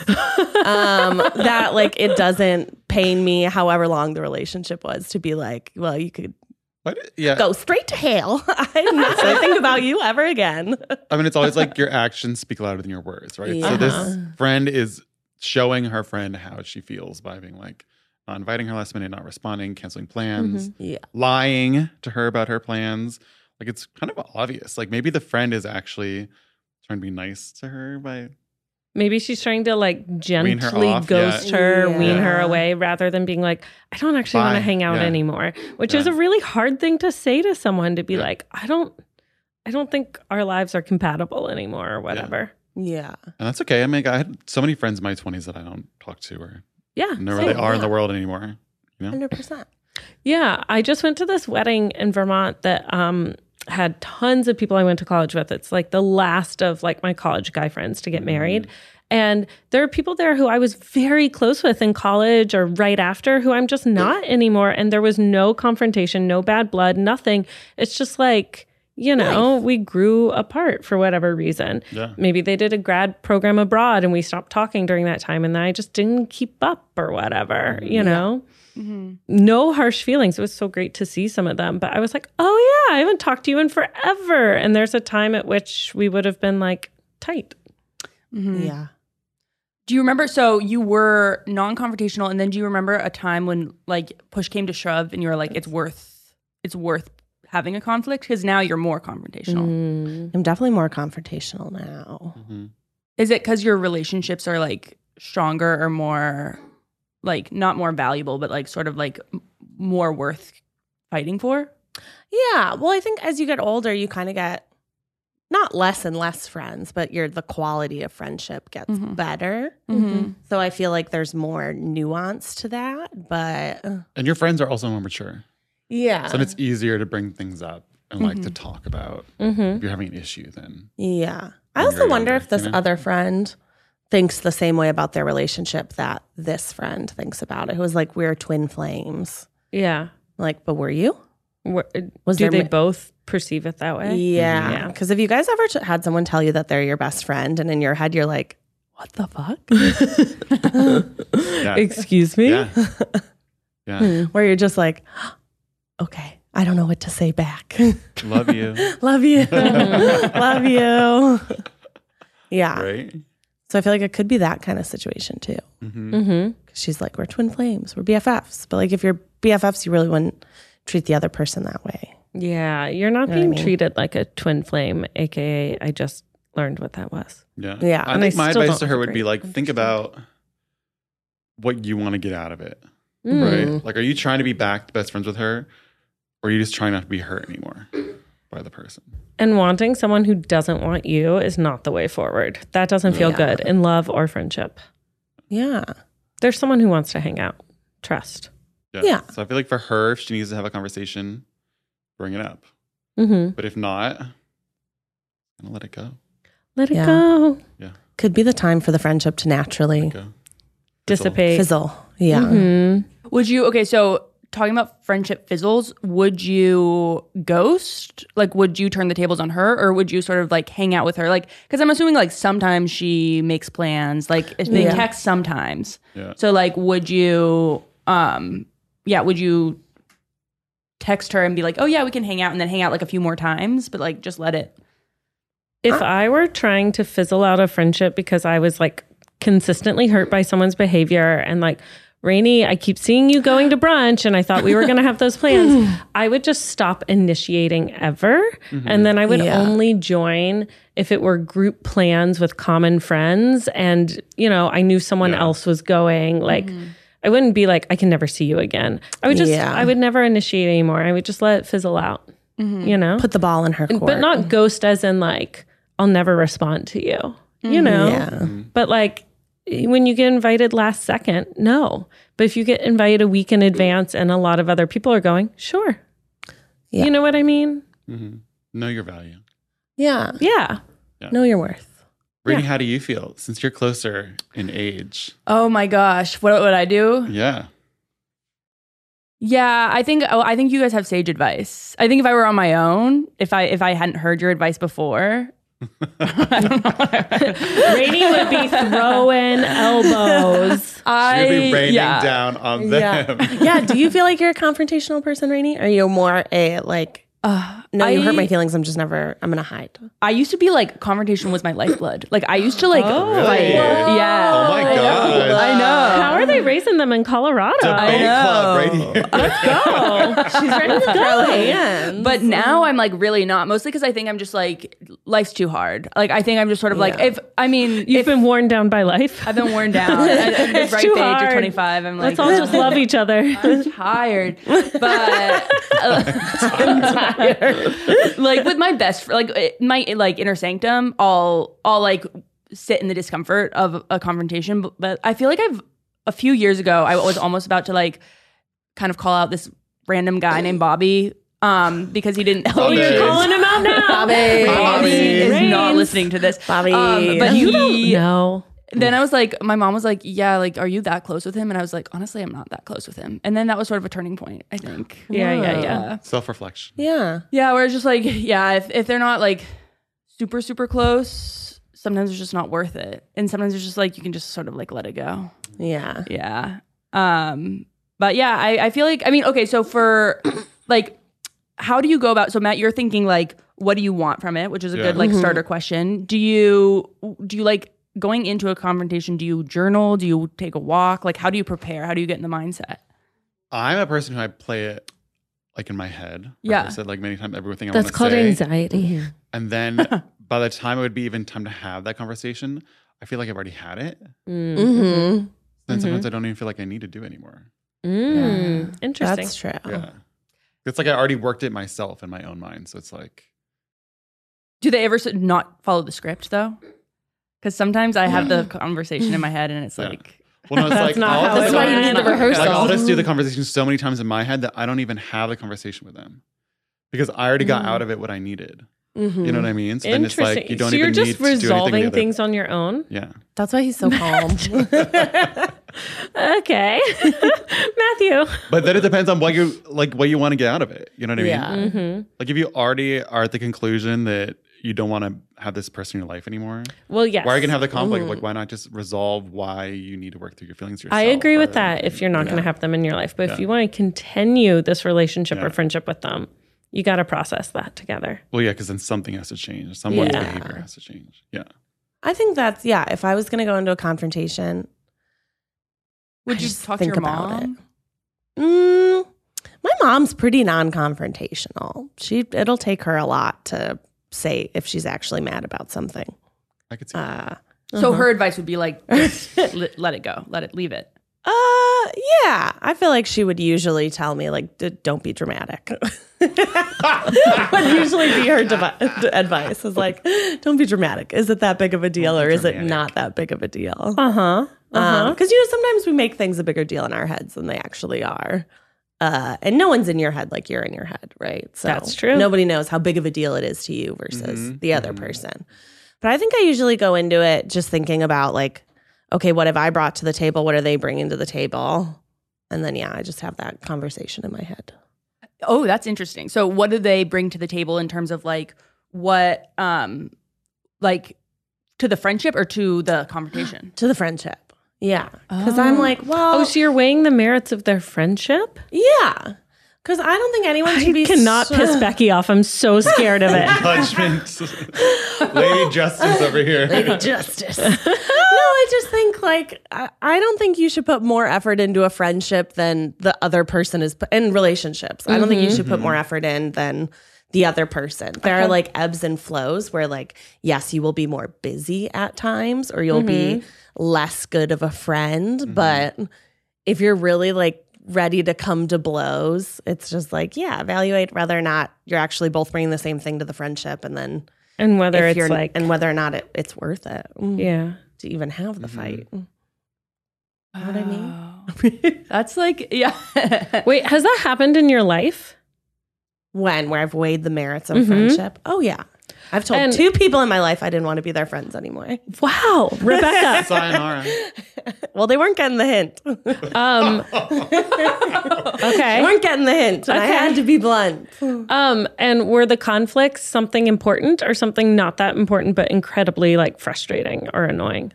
um, that like it doesn't pain me however long the relationship was to be like, well, you could
What? Yeah.
go straight to hell. [LAUGHS] I'm not gonna think about you ever again.
I mean, it's always like your actions speak louder than your words, right? So this friend is showing her friend how she feels by being like not inviting her last minute, not responding, canceling plans,
Mm-hmm.
Yeah.
lying to her about her plans. Like it's kind of obvious. Like maybe the friend is actually trying to be nice to her by
Maybe she's trying to like gently
off,
ghost
yeah.
her, wean her
Yeah.
away, rather than being like, I don't actually want
Bye.
to hang out
Yeah.
anymore, which is a
Yeah.
really hard thing to say to someone to be
Yeah.
like, I don't, I don't think our lives are compatible anymore or whatever.
Yeah.
and that's okay. I mean, I had so many friends in my twenties that I don't talk to or
Yeah.
know
same.
where they are in the world anymore. Yeah.
Hundred percent.
Yeah, I just went to this wedding in Vermont that um had tons of people I went to college with. It's like the last of like my college guy friends to get married.
Mm-hmm.
And there are people there who I was very close with in college or right after who I'm just not anymore and there was no confrontation, no bad blood, nothing. It's just like you know, we grew apart for whatever reason.
Yeah.
Maybe they did a grad program abroad and we stopped talking during that time and I just didn't keep up or whatever, you know? No harsh feelings. It was so great to see some of them, but I was like, oh yeah, I haven't talked to you in forever. And there's a time at which we would have been like tight.
Mm-hmm.
Yeah.
Do you remember? So you were non-confrontational, and then do you remember a time when like push came to shove, and you were like, "It's worth, it's worth having a conflict," because now you're more confrontational.
Mm-hmm. Mm,
I'm definitely more confrontational now.
Mm-hmm.
Is it because your relationships are like stronger or more, like not more valuable, but like sort of like m- more worth fighting for?
Yeah. Well, I think as you get older, you kind of get not less and less friends, but your the quality of friendship gets
Mhm.
better.
Mm-hmm.
So I feel like there's more nuance to that, but uh,
And your friends are also more mature.
yeah.
So then it's easier to bring things up and like to talk about
Um, Mm-hmm.
if you're having an issue then.
yeah. I
when
also
you're
wonder
younger,
if this
you know?
other friend thinks the same way about their relationship that this friend thinks about it. Who was like, we're twin flames.
Yeah.
Like, but were you?
Wha-
Was
do
there
they
ma-
both perceive it that way?
Mm-hmm.
Yeah.
Yeah.
Because if you guys ever t- had someone tell you that they're your best friend and in your head you're like, what the fuck?
Yeah.
Excuse me? [LAUGHS]
yeah. yeah.
Where you're just like, [GASPS] okay, I don't know what to say back. [LAUGHS]
Love you.
Love
[LAUGHS]
you. Love you. Yeah.
Right?
So I feel like it could be that kind of situation too.
Mm-hmm.
Mm-hmm.
Because she's like, we're twin flames, we're BFFs. But like, if you're BFFs, you really wouldn't treat the other person that way.
Yeah. You're not
You know what I
being
mean?
treated like a twin flame, AKA, I just learned what that was.
Yeah.
Yeah,
I
and
think
I
my
still
advice
don't
to her would
agree.
be like, think about what you want to get out of it.
Mm.
Right? Like, are you trying to be back best friends with her? Or are you just trying not to be hurt anymore by the person?
And wanting someone who doesn't want you is not the way forward. That doesn't feel good in love or friendship.
Yeah.
There's someone who wants to hang out. Trust.
Yeah.
So I feel like for her, if she needs to have a conversation, bring it up.
Mm-hmm.
But if not, I'm gonna let it go.
Let it
Yeah.
go.
Could be the time for the friendship to naturally
Go.
Dissipate.
fizzle. Yeah.
Mhm.
Would you? Okay, so talking about friendship fizzles, would you ghost? Like, would you turn the tables on her, or would you sort of like hang out with her? Like, because I'm assuming like sometimes she makes plans. Like, if they
Yeah.
text sometimes.
Yeah.
So like, would you? Um, yeah, would you? Text her and be like, "Oh yeah, we can hang out," and then hang out like a few more times, but like just let it.
If I were trying to fizzle out a friendship because I was like consistently hurt by someone's behavior and like, Rainy, I keep seeing you going to brunch and I thought we were going to have those
[LAUGHS]
plans, I would just stop initiating ever. And then I would
Mm-hmm. Yeah.
only join if it were group plans with common friends and, you know, I knew someone
Yeah.
else was going. Like, I wouldn't be like, I can never see you again. I would just,
Mm-hmm. Yeah.
I would never initiate anymore. I would just let it fizzle out, you know?
Mm-hmm. Put the ball in her court.
but not ghost as in like i'll never respond to you
Mm-hmm.
you know
Yeah.
but like when you get invited last second no but if you get invited a week in advance and a lot of other people are going sure
Yeah.
you know what i mean
Mm-hmm. Know your value.
Yeah.
yeah
Know your worth.
Brittany, how do you feel since you're closer in age?
Oh my gosh, what would I do?
Yeah.
Yeah, I think oh, I think you guys have sage advice. I think if I were on my own, if I if I hadn't heard your advice before, I don't know. what I would-
Brady would
[LAUGHS]
be throwing elbows
I
You'd be raining
yeah.
down on
Yeah.
them.
yeah. Do you feel like you're a confrontational person, Rainey? Or are you more a like,
Ugh,
no, you hurt my
I-
feelings. I'm just never, I'm going to hide.
I used to be like confrontation was my lifeblood. Like I used to like fight.
Oh, Really?
Yeah.
Oh my god.
I know.
how are they
[LAUGHS]
raising them in [LAUGHS] colorado
Debate club right here. [LAUGHS]
go she's ready to
Yeah.
But now I'm like really not mostly because I think I'm just like life's too hard. Like I think I'm just sort of like if I mean
you've
if
been worn down by life
I've been
[LAUGHS]
worn down at, at the
It's
ripe
too
age
hard.
of 25, I'm like
let's all just [LAUGHS] love each other
I'm tired, but
[LAUGHS]
[LAUGHS] like with my best, fr- like it- my like inner sanctum, I'll I'll like sit in the discomfort of a confrontation. But, but I feel like I've a few years ago, I was almost about to like kind of call out this random guy named Bobby um, because he didn't.
Oh,
You're
Yes.
calling
[LAUGHS]
him out now.
Bobby.
Bobby is not listening to this.
Bobby.
Um, but
You
he,
don't know.
Then I was like, my mom was like, yeah, like, are you that close with him? And I was like, honestly, I'm not that close with him. And then that was sort of a turning point, I think.
Yeah, yeah, yeah.
Yeah.
Self reflection.
Yeah.
Yeah, where it's just like, [LAUGHS] yeah, if, if they're not like super, super close, sometimes it's just not worth it. And sometimes it's just like, you can just sort of like let it go.
Yeah.
Yeah. Um, but yeah, I, I feel like I mean, okay, so for [CLEARS THROAT] like how do you go about so Matt, you're thinking like what do you want from it, which is a
Yeah.
good like starter question. Do you do you like going into a confrontation, do you journal? Do you take a walk? Like how do you prepare? How do you get in the mindset?
I'm a person who I play it like in my head. Like
Yeah.
I said like many times everything I
That's
want to
called
say.
anxiety.
And then by the time it would be even time to have that conversation, I feel like I've already had it.
Mm.
Mm-hmm.
Then sometimes I don't even feel like I need to do anymore.
Mm. Interesting.
That's true.
Yeah. It's like I already worked it myself in my own mind. So it's like
Do they ever s- not follow the script though? Because sometimes I have the conversation in my head and it's
Yeah.
like
[LAUGHS]
Well, no, it's
That's
like
not
I'll
how
just-
it That's why you
need the rehearsal.
Like, I'll just do the conversation so many times in my head that I don't even have the conversation with them because I already got out of it what I needed. You know what I mean? So then it's
Mm-hmm. Interesting.
like you don't
so
even
you're
need
just
to do anything.
resolving
with it.
things on your own.
Yeah.
That's why he's so
[LAUGHS]
calm.
Okay, [LAUGHS] Matthew.
But then it depends on what you like what you want to get out of it. You know what I mean?
Yeah.
Mm-hmm.
Like if you already are at the conclusion that you don't want to have this person in your life anymore,
Well, yes. Mm.
why are you gonna have the conflict? Like why not just resolve why you need to work through your feelings yourself?
I agree with
rather
that.
than-
If you're not
Yeah.
going to have them in your life, but if
Yeah.
you want to continue this relationship
Yeah.
or friendship with them, you got to process that together.
Well, yeah, because then something has to change. Someone's
Yeah.
behavior has to change. Yeah.
I think that's yeah. If I was gonna go into a confrontation,
would
I
you
just
talk to
think
your
about it.
mom?
Mm, my mom's pretty non-confrontational. She it'll take her a lot to say if she's actually mad about something.
I could see that.
Uh,
So her advice would be [LAUGHS] like just let let it go, let it leave it.
uh, yeah. I feel like she would usually tell me like, D- "Don't be dramatic." [LAUGHS] would usually be her devi- advice is like, "Don't be dramatic. Is it that big of a deal, or is it
dramatic."
not that big of a deal?"
Uh huh.
because you know sometimes we make things a bigger deal in our heads than they actually are uh, and no one's in your head like you're in your head right so
That's true.
nobody knows how big of a deal it is to you versus the other person but i think i usually go into it just thinking about like okay what have i brought to the table what are they bringing to the table and then yeah i just have that conversation in my head
Oh, that's interesting. So what do they bring to the table in terms of like what um like to the friendship or to the confrontation?
to the friendship yeah because i'm like well
Oh, so you're weighing the merits of their friendship?
yeah because i don't think anyone should
I
be
cannot
so- [LAUGHS]
piss Becky off. I'm so scared of it.
[LAUGHS]
[LAUGHS]
Judgment. Lady Justice over here.
justice. no, I just think like I, I don't think you should put more effort into a friendship than the other person is pu- in relationships. I don't think
Mm-hmm.
you should put more effort in than the other person. There are like ebbs and flows where like yes, you will be more busy at times or you'll be
Mm-hmm.
less good of a friend, but if you're really like ready to come to blows, it's just like yeah, evaluate whether or not you're actually both bringing the same thing to the friendship and then
And whether
if
it's
you're-
like,
and whether or not it, it's worth it Mm-hmm.
yeah.
to even have the fight.
You know what I mean? [GASPS] that's like yeah.
Wait, has that happened in your life?
[LAUGHS] When where I've weighed the merits of
Mhm.
friendship. Oh yeah. I've told
And-
two people in my life I didn't want to be their friends anymore. [LAUGHS]
Wow, Rebecca. [LAUGHS]
Sayonara.
Well, they weren't getting the hint. they [LAUGHS]
um, okay.
weren't getting the hint. and I
Okay.
had to be blunt.
Um, and were the conflicts something important or something not that important, but incredibly like frustrating or annoying?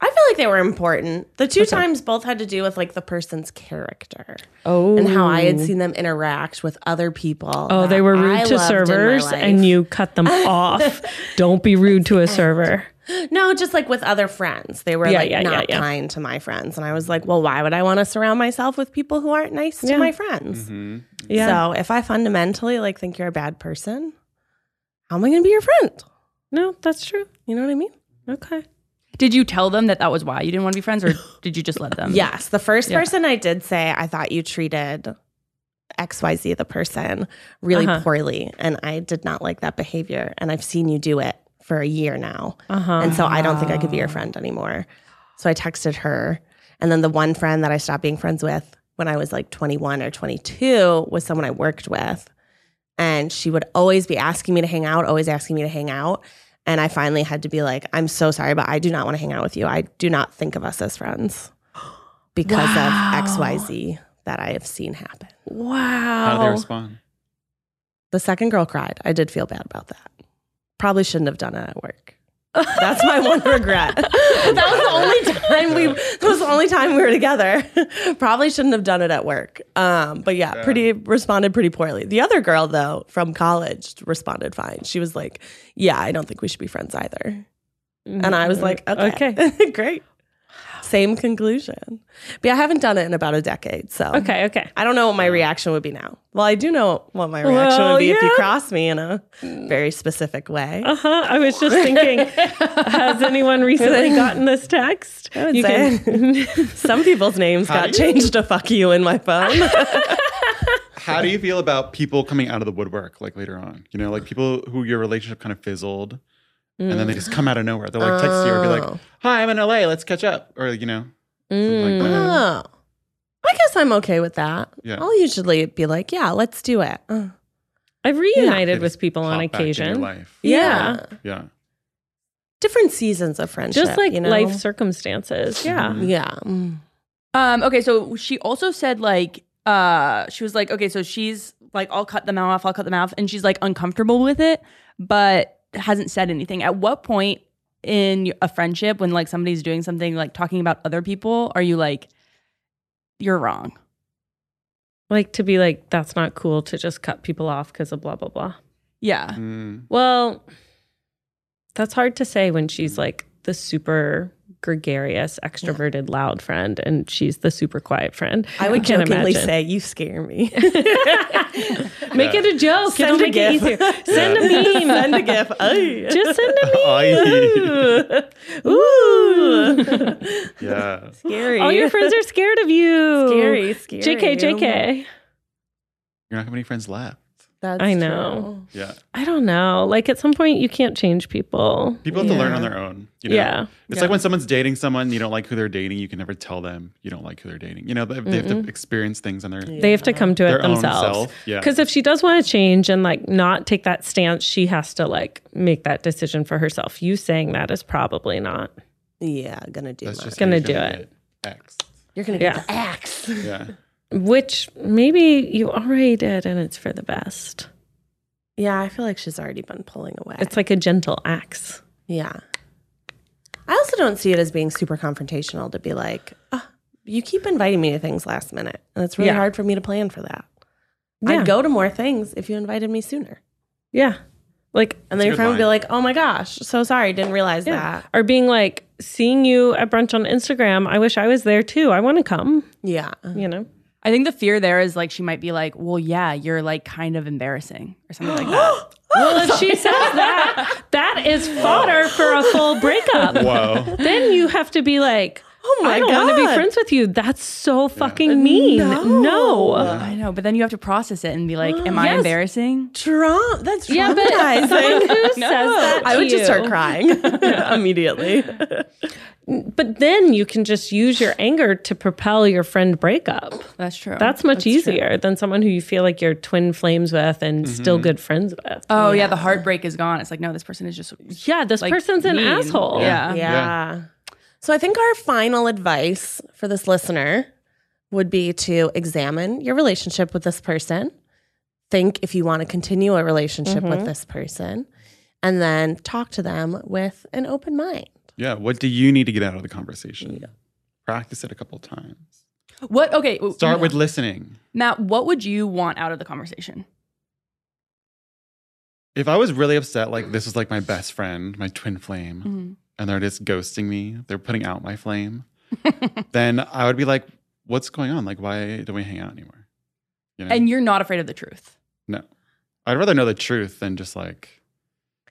I feel like they were important. The two times both had to do with like the person's character
Oh,
and how I had seen them interact with other people.
Oh, they were
that
rude
I
to
loved in my
servers
life.
and you cut
[LAUGHS]
them off. Don't be rude to a server.
No, just like with other friends. They were
Yeah,
like
yeah, yeah,
not
yeah.
kind to my friends. And I was like, well, why would I want to surround myself with people who aren't nice
Yeah.
to my friends?
Yeah.
So if I fundamentally like think you're a bad person, how am I going to be your friend?
No, that's true.
You know what I mean?
Okay.
[LAUGHS] did you tell them that that was why you didn't want to be friends, or did you just let [LAUGHS] them?
Yes. The first person I did say, I thought you treated XYZ, the person, really
Uh-huh.
poorly. And I did not like that behavior. And I've seen you do it for a year now.
Uh huh.
And so I don't think I could be your friend anymore. So I texted her. And then the one friend that I stopped being friends with when I was like 21 or 22 was someone I worked with. And she would always be asking me to hang out, always asking me to hang out. And I finally had to be like, I'm so sorry, but I do not want to hang out with you. I do not think of us as friends because of XYZ that I have seen happen.
How did they
Wow.
respond?
The second girl cried. I did feel bad about that. Probably shouldn't have done it at work. That's my [LAUGHS] one regret. that was the only time we [LAUGHS] that was the only time we were together. [LAUGHS] Probably shouldn't have done it at work. Um, but yeah, pretty responded pretty poorly. The other girl though from college responded fine. She was like, "Yeah, I don't think we should be friends either." And I was like, "Okay, [LAUGHS] great." Same conclusion. But I haven't done it in about a decade, so
Okay. Okay.
I don't know what my reaction would be now. Well, I do know what my reaction
Well,
would be if you
yeah.
cross me in a very specific way.
Uh huh. I was just [LAUGHS] thinking, has anyone recently gotten this text?
I would say
[LAUGHS]
some people's names got
do you-
changed to fuck you in my phone.
[LAUGHS]
How do you feel about people coming out of the woodwork like later on? You know, like people who your relationship kind of fizzled and then
Mm.
they just come out of nowhere. They'll like text you or be
Oh.
like, Hi, I'm in LA, let's catch up. Or you know, something like that.
Mm.
oh, I guess I'm okay with that.
Yeah.
I'll usually be like, yeah, let's do it. Uh,
I've
They
reunited
just
with people on
pop back into your
occasion.
life.
Yeah.
Yeah.
Different seasons of friendship.
Just like
you know?
life circumstances. Yeah.
Yeah. Mm.
Um, okay, so she also said like uh she was like, okay, so she's like, I'll cut them off, I'll cut them off, and she's like uncomfortable with it, but hasn't said anything. At what point in a friendship when like somebody's doing something like talking about other people, are you like, you're wrong?
Like to be like, that's not cool to just cut people off because of blah, blah, blah.
Yeah.
Mm.
Well, that's hard to say when she's like the super gregarious, extroverted, loud friend and she's the super quiet friend.
I would
can't
jokingly
imagine.
say, you scare me.
Make
Yeah.
it a joke.
Send
It'll
a
make it
gif.
[LAUGHS] easier. Send a meme.
Send a
[LAUGHS]
gif. Ay.
Just send a
[LAUGHS] Aye.
meme. Ooh. [LAUGHS]
Yeah.
[LAUGHS] scary.
All your friends are scared of you.
Scary, scary.
JK, JK.
You're not gonna have any friends left.
That's
I know.
true.
Yeah.
I don't know. Like at some point, you can't change people.
People have to learn
Yeah.
on their own. You know?
Yeah.
It's like when someone's dating someone, you don't like who they're dating, you can never tell them you don't like who they're dating. You know, they, they have to experience things on their
They have to come to it
Their own
themselves.
self, yeah.
Because if she does want to change and like not take that stance, she has to like make that decision for herself. You saying that is probably not.
Yeah, gonna do
That's
that.
just
Gonna
you're
do it.
get X.
You're gonna
Yeah.
get the axe.
Yeah.
Which maybe you already did, and it's for the best.
Yeah, I feel like she's already been pulling away.
It's like a gentle axe.
yeah. I also don't see it as being super confrontational to be like, "Ah, you keep inviting me to things last minute, and it's really
Yeah.
hard for me to plan for that.
Yeah.
I'd go to more things if you invited me sooner.
Yeah. Like
And then
a
your
good
friend would be
line.
like, oh my gosh, so sorry, didn't realize that.
or being like seeing you at brunch on Instagram. I wish I was there too. I want to come.
Yeah.
You know.
I think the fear there is like she might be like, Well, yeah, you're like kind of embarrassing or something like [GASPS] that.
Well, if she says that, that is fodder for a full breakup.
Whoa.
Then you have to be like,
Oh my
I don't want to be
God.
friends with you. That's so fucking mean. No.
I know, but then you have to process it and be like, Am [GASPS] I
Yes.
embarrassing?
Traum- that's traumatizing.
Yeah, but [LAUGHS] someone
[LAUGHS]
who says that
I
to
would just
you-
start
[LAUGHS]
crying [LAUGHS] immediately.
But then you can just use your anger to propel your friend breakup.
That's true.
That's much easier than someone who you feel like you're twin flames with and still good friends with.
Oh yeah. the heartbreak is gone. It's like, no, this person is just
yeah, this
like,
person's an
mean.
asshole.
Yeah.
Yeah. So I think our final advice for this listener would be to examine your relationship with this person, think if you want to continue a relationship with this person, and then talk to them with an open mind.
Yeah. What do you need to get out of the conversation? Practice it a couple times.
What? Okay. w-
Start with listening.
Matt, what would you want out of the conversation?
If I was really upset, like this was like my best friend, my twin flame,
Mm-hmm.
and they're just ghosting me, they're putting out
[LAUGHS]
my flame, then I would be like, what's going on? Like, why do we hang out anymore? You know?
And you're not afraid of the truth.
no. I'd rather know the truth than just like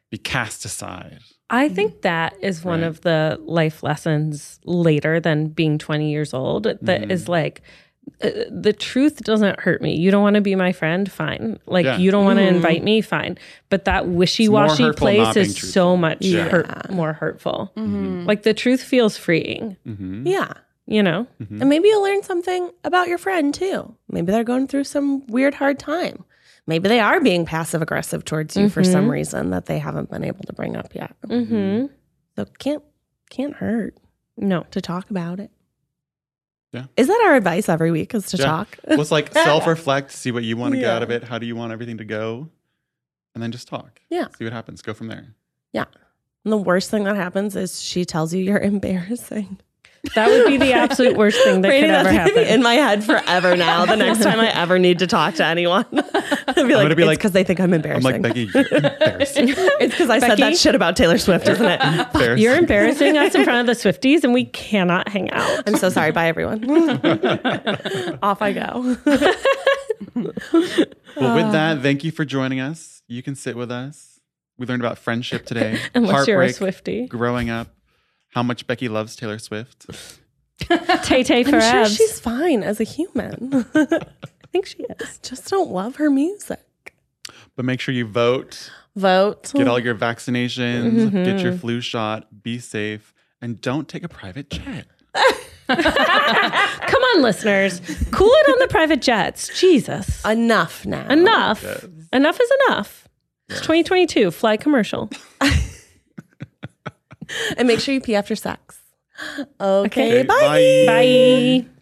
be cast aside.
I think that is one
Mm-hmm. Right.
of the life lessons later than being 20 years old That is
Mm-hmm.
like, uh, the truth doesn't hurt me. You don't want to be my friend? Fine. Like,
Yeah.
you don't want to
Mm-hmm.
invite me? Fine. But that wishy
It's more
washy
hurtful not
place
being
is
truthful.
so much
Yeah.
hurt, more hurtful. Like, the truth feels freeing,
Mm-hmm.
Mm-hmm. Yeah.
you know?
And maybe you'll learn something about your friend too. Maybe they're going through some weird hard time. maybe they are being passive aggressive towards you for some reason that they haven't been able to bring up yet.
Mm-hmm.
So can't can't hurt
No.
to talk about it.
Yeah.
Is that our advice every week is to
Yeah.
talk?
Well,
[LAUGHS]
it's like self reflect, see what you want to get
Yeah.
out of it. How do you want everything to go? And then just talk.
Yeah.
See what happens. Go from there.
And the worst thing that happens is she tells you you're [LAUGHS] embarrassing.
That would
[LAUGHS]
be the absolute worst thing that
Brady,
could
that's
ever
gonna be
happen.
in my head forever now. The next time I ever need to talk to anyone, [LAUGHS] I'll be
gonna
like,
be
it's
like-
because they think I'm
I'm
embarrassing.
like, Becky, you're embarrassing.
[LAUGHS] it's because I said that
Becky?
shit about Taylor Swift, isn't
[LAUGHS]
it?
embarrassing.
You're embarrassing us in front of the Swifties, and we cannot hang out.
I'm so sorry. Bye,
[LAUGHS]
everyone. Off I go.
Well, with that, thank you for joining us. You can sit with us. We learned about
[LAUGHS]
friendship today,
[LAUGHS] Unless you're a
heartbreak,
Swifty.
growing up, how much Becky loves Taylor Swift.
Tay Tay
[LAUGHS]
for
I'm sure
abs.
she's fine as a human. [LAUGHS]
I think she is.
Just don't love her music.
But make sure you vote,
Vote.
get all your vaccinations, get your flu shot, be safe, and don't take a private jet.
Come on, listeners. Cool it on the private jets. Jesus.
Enough now.
Enough. Enough is enough. It's 2022. Fly commercial.
And make sure you pee after sex. Okay,
Okay,
bye.
Bye.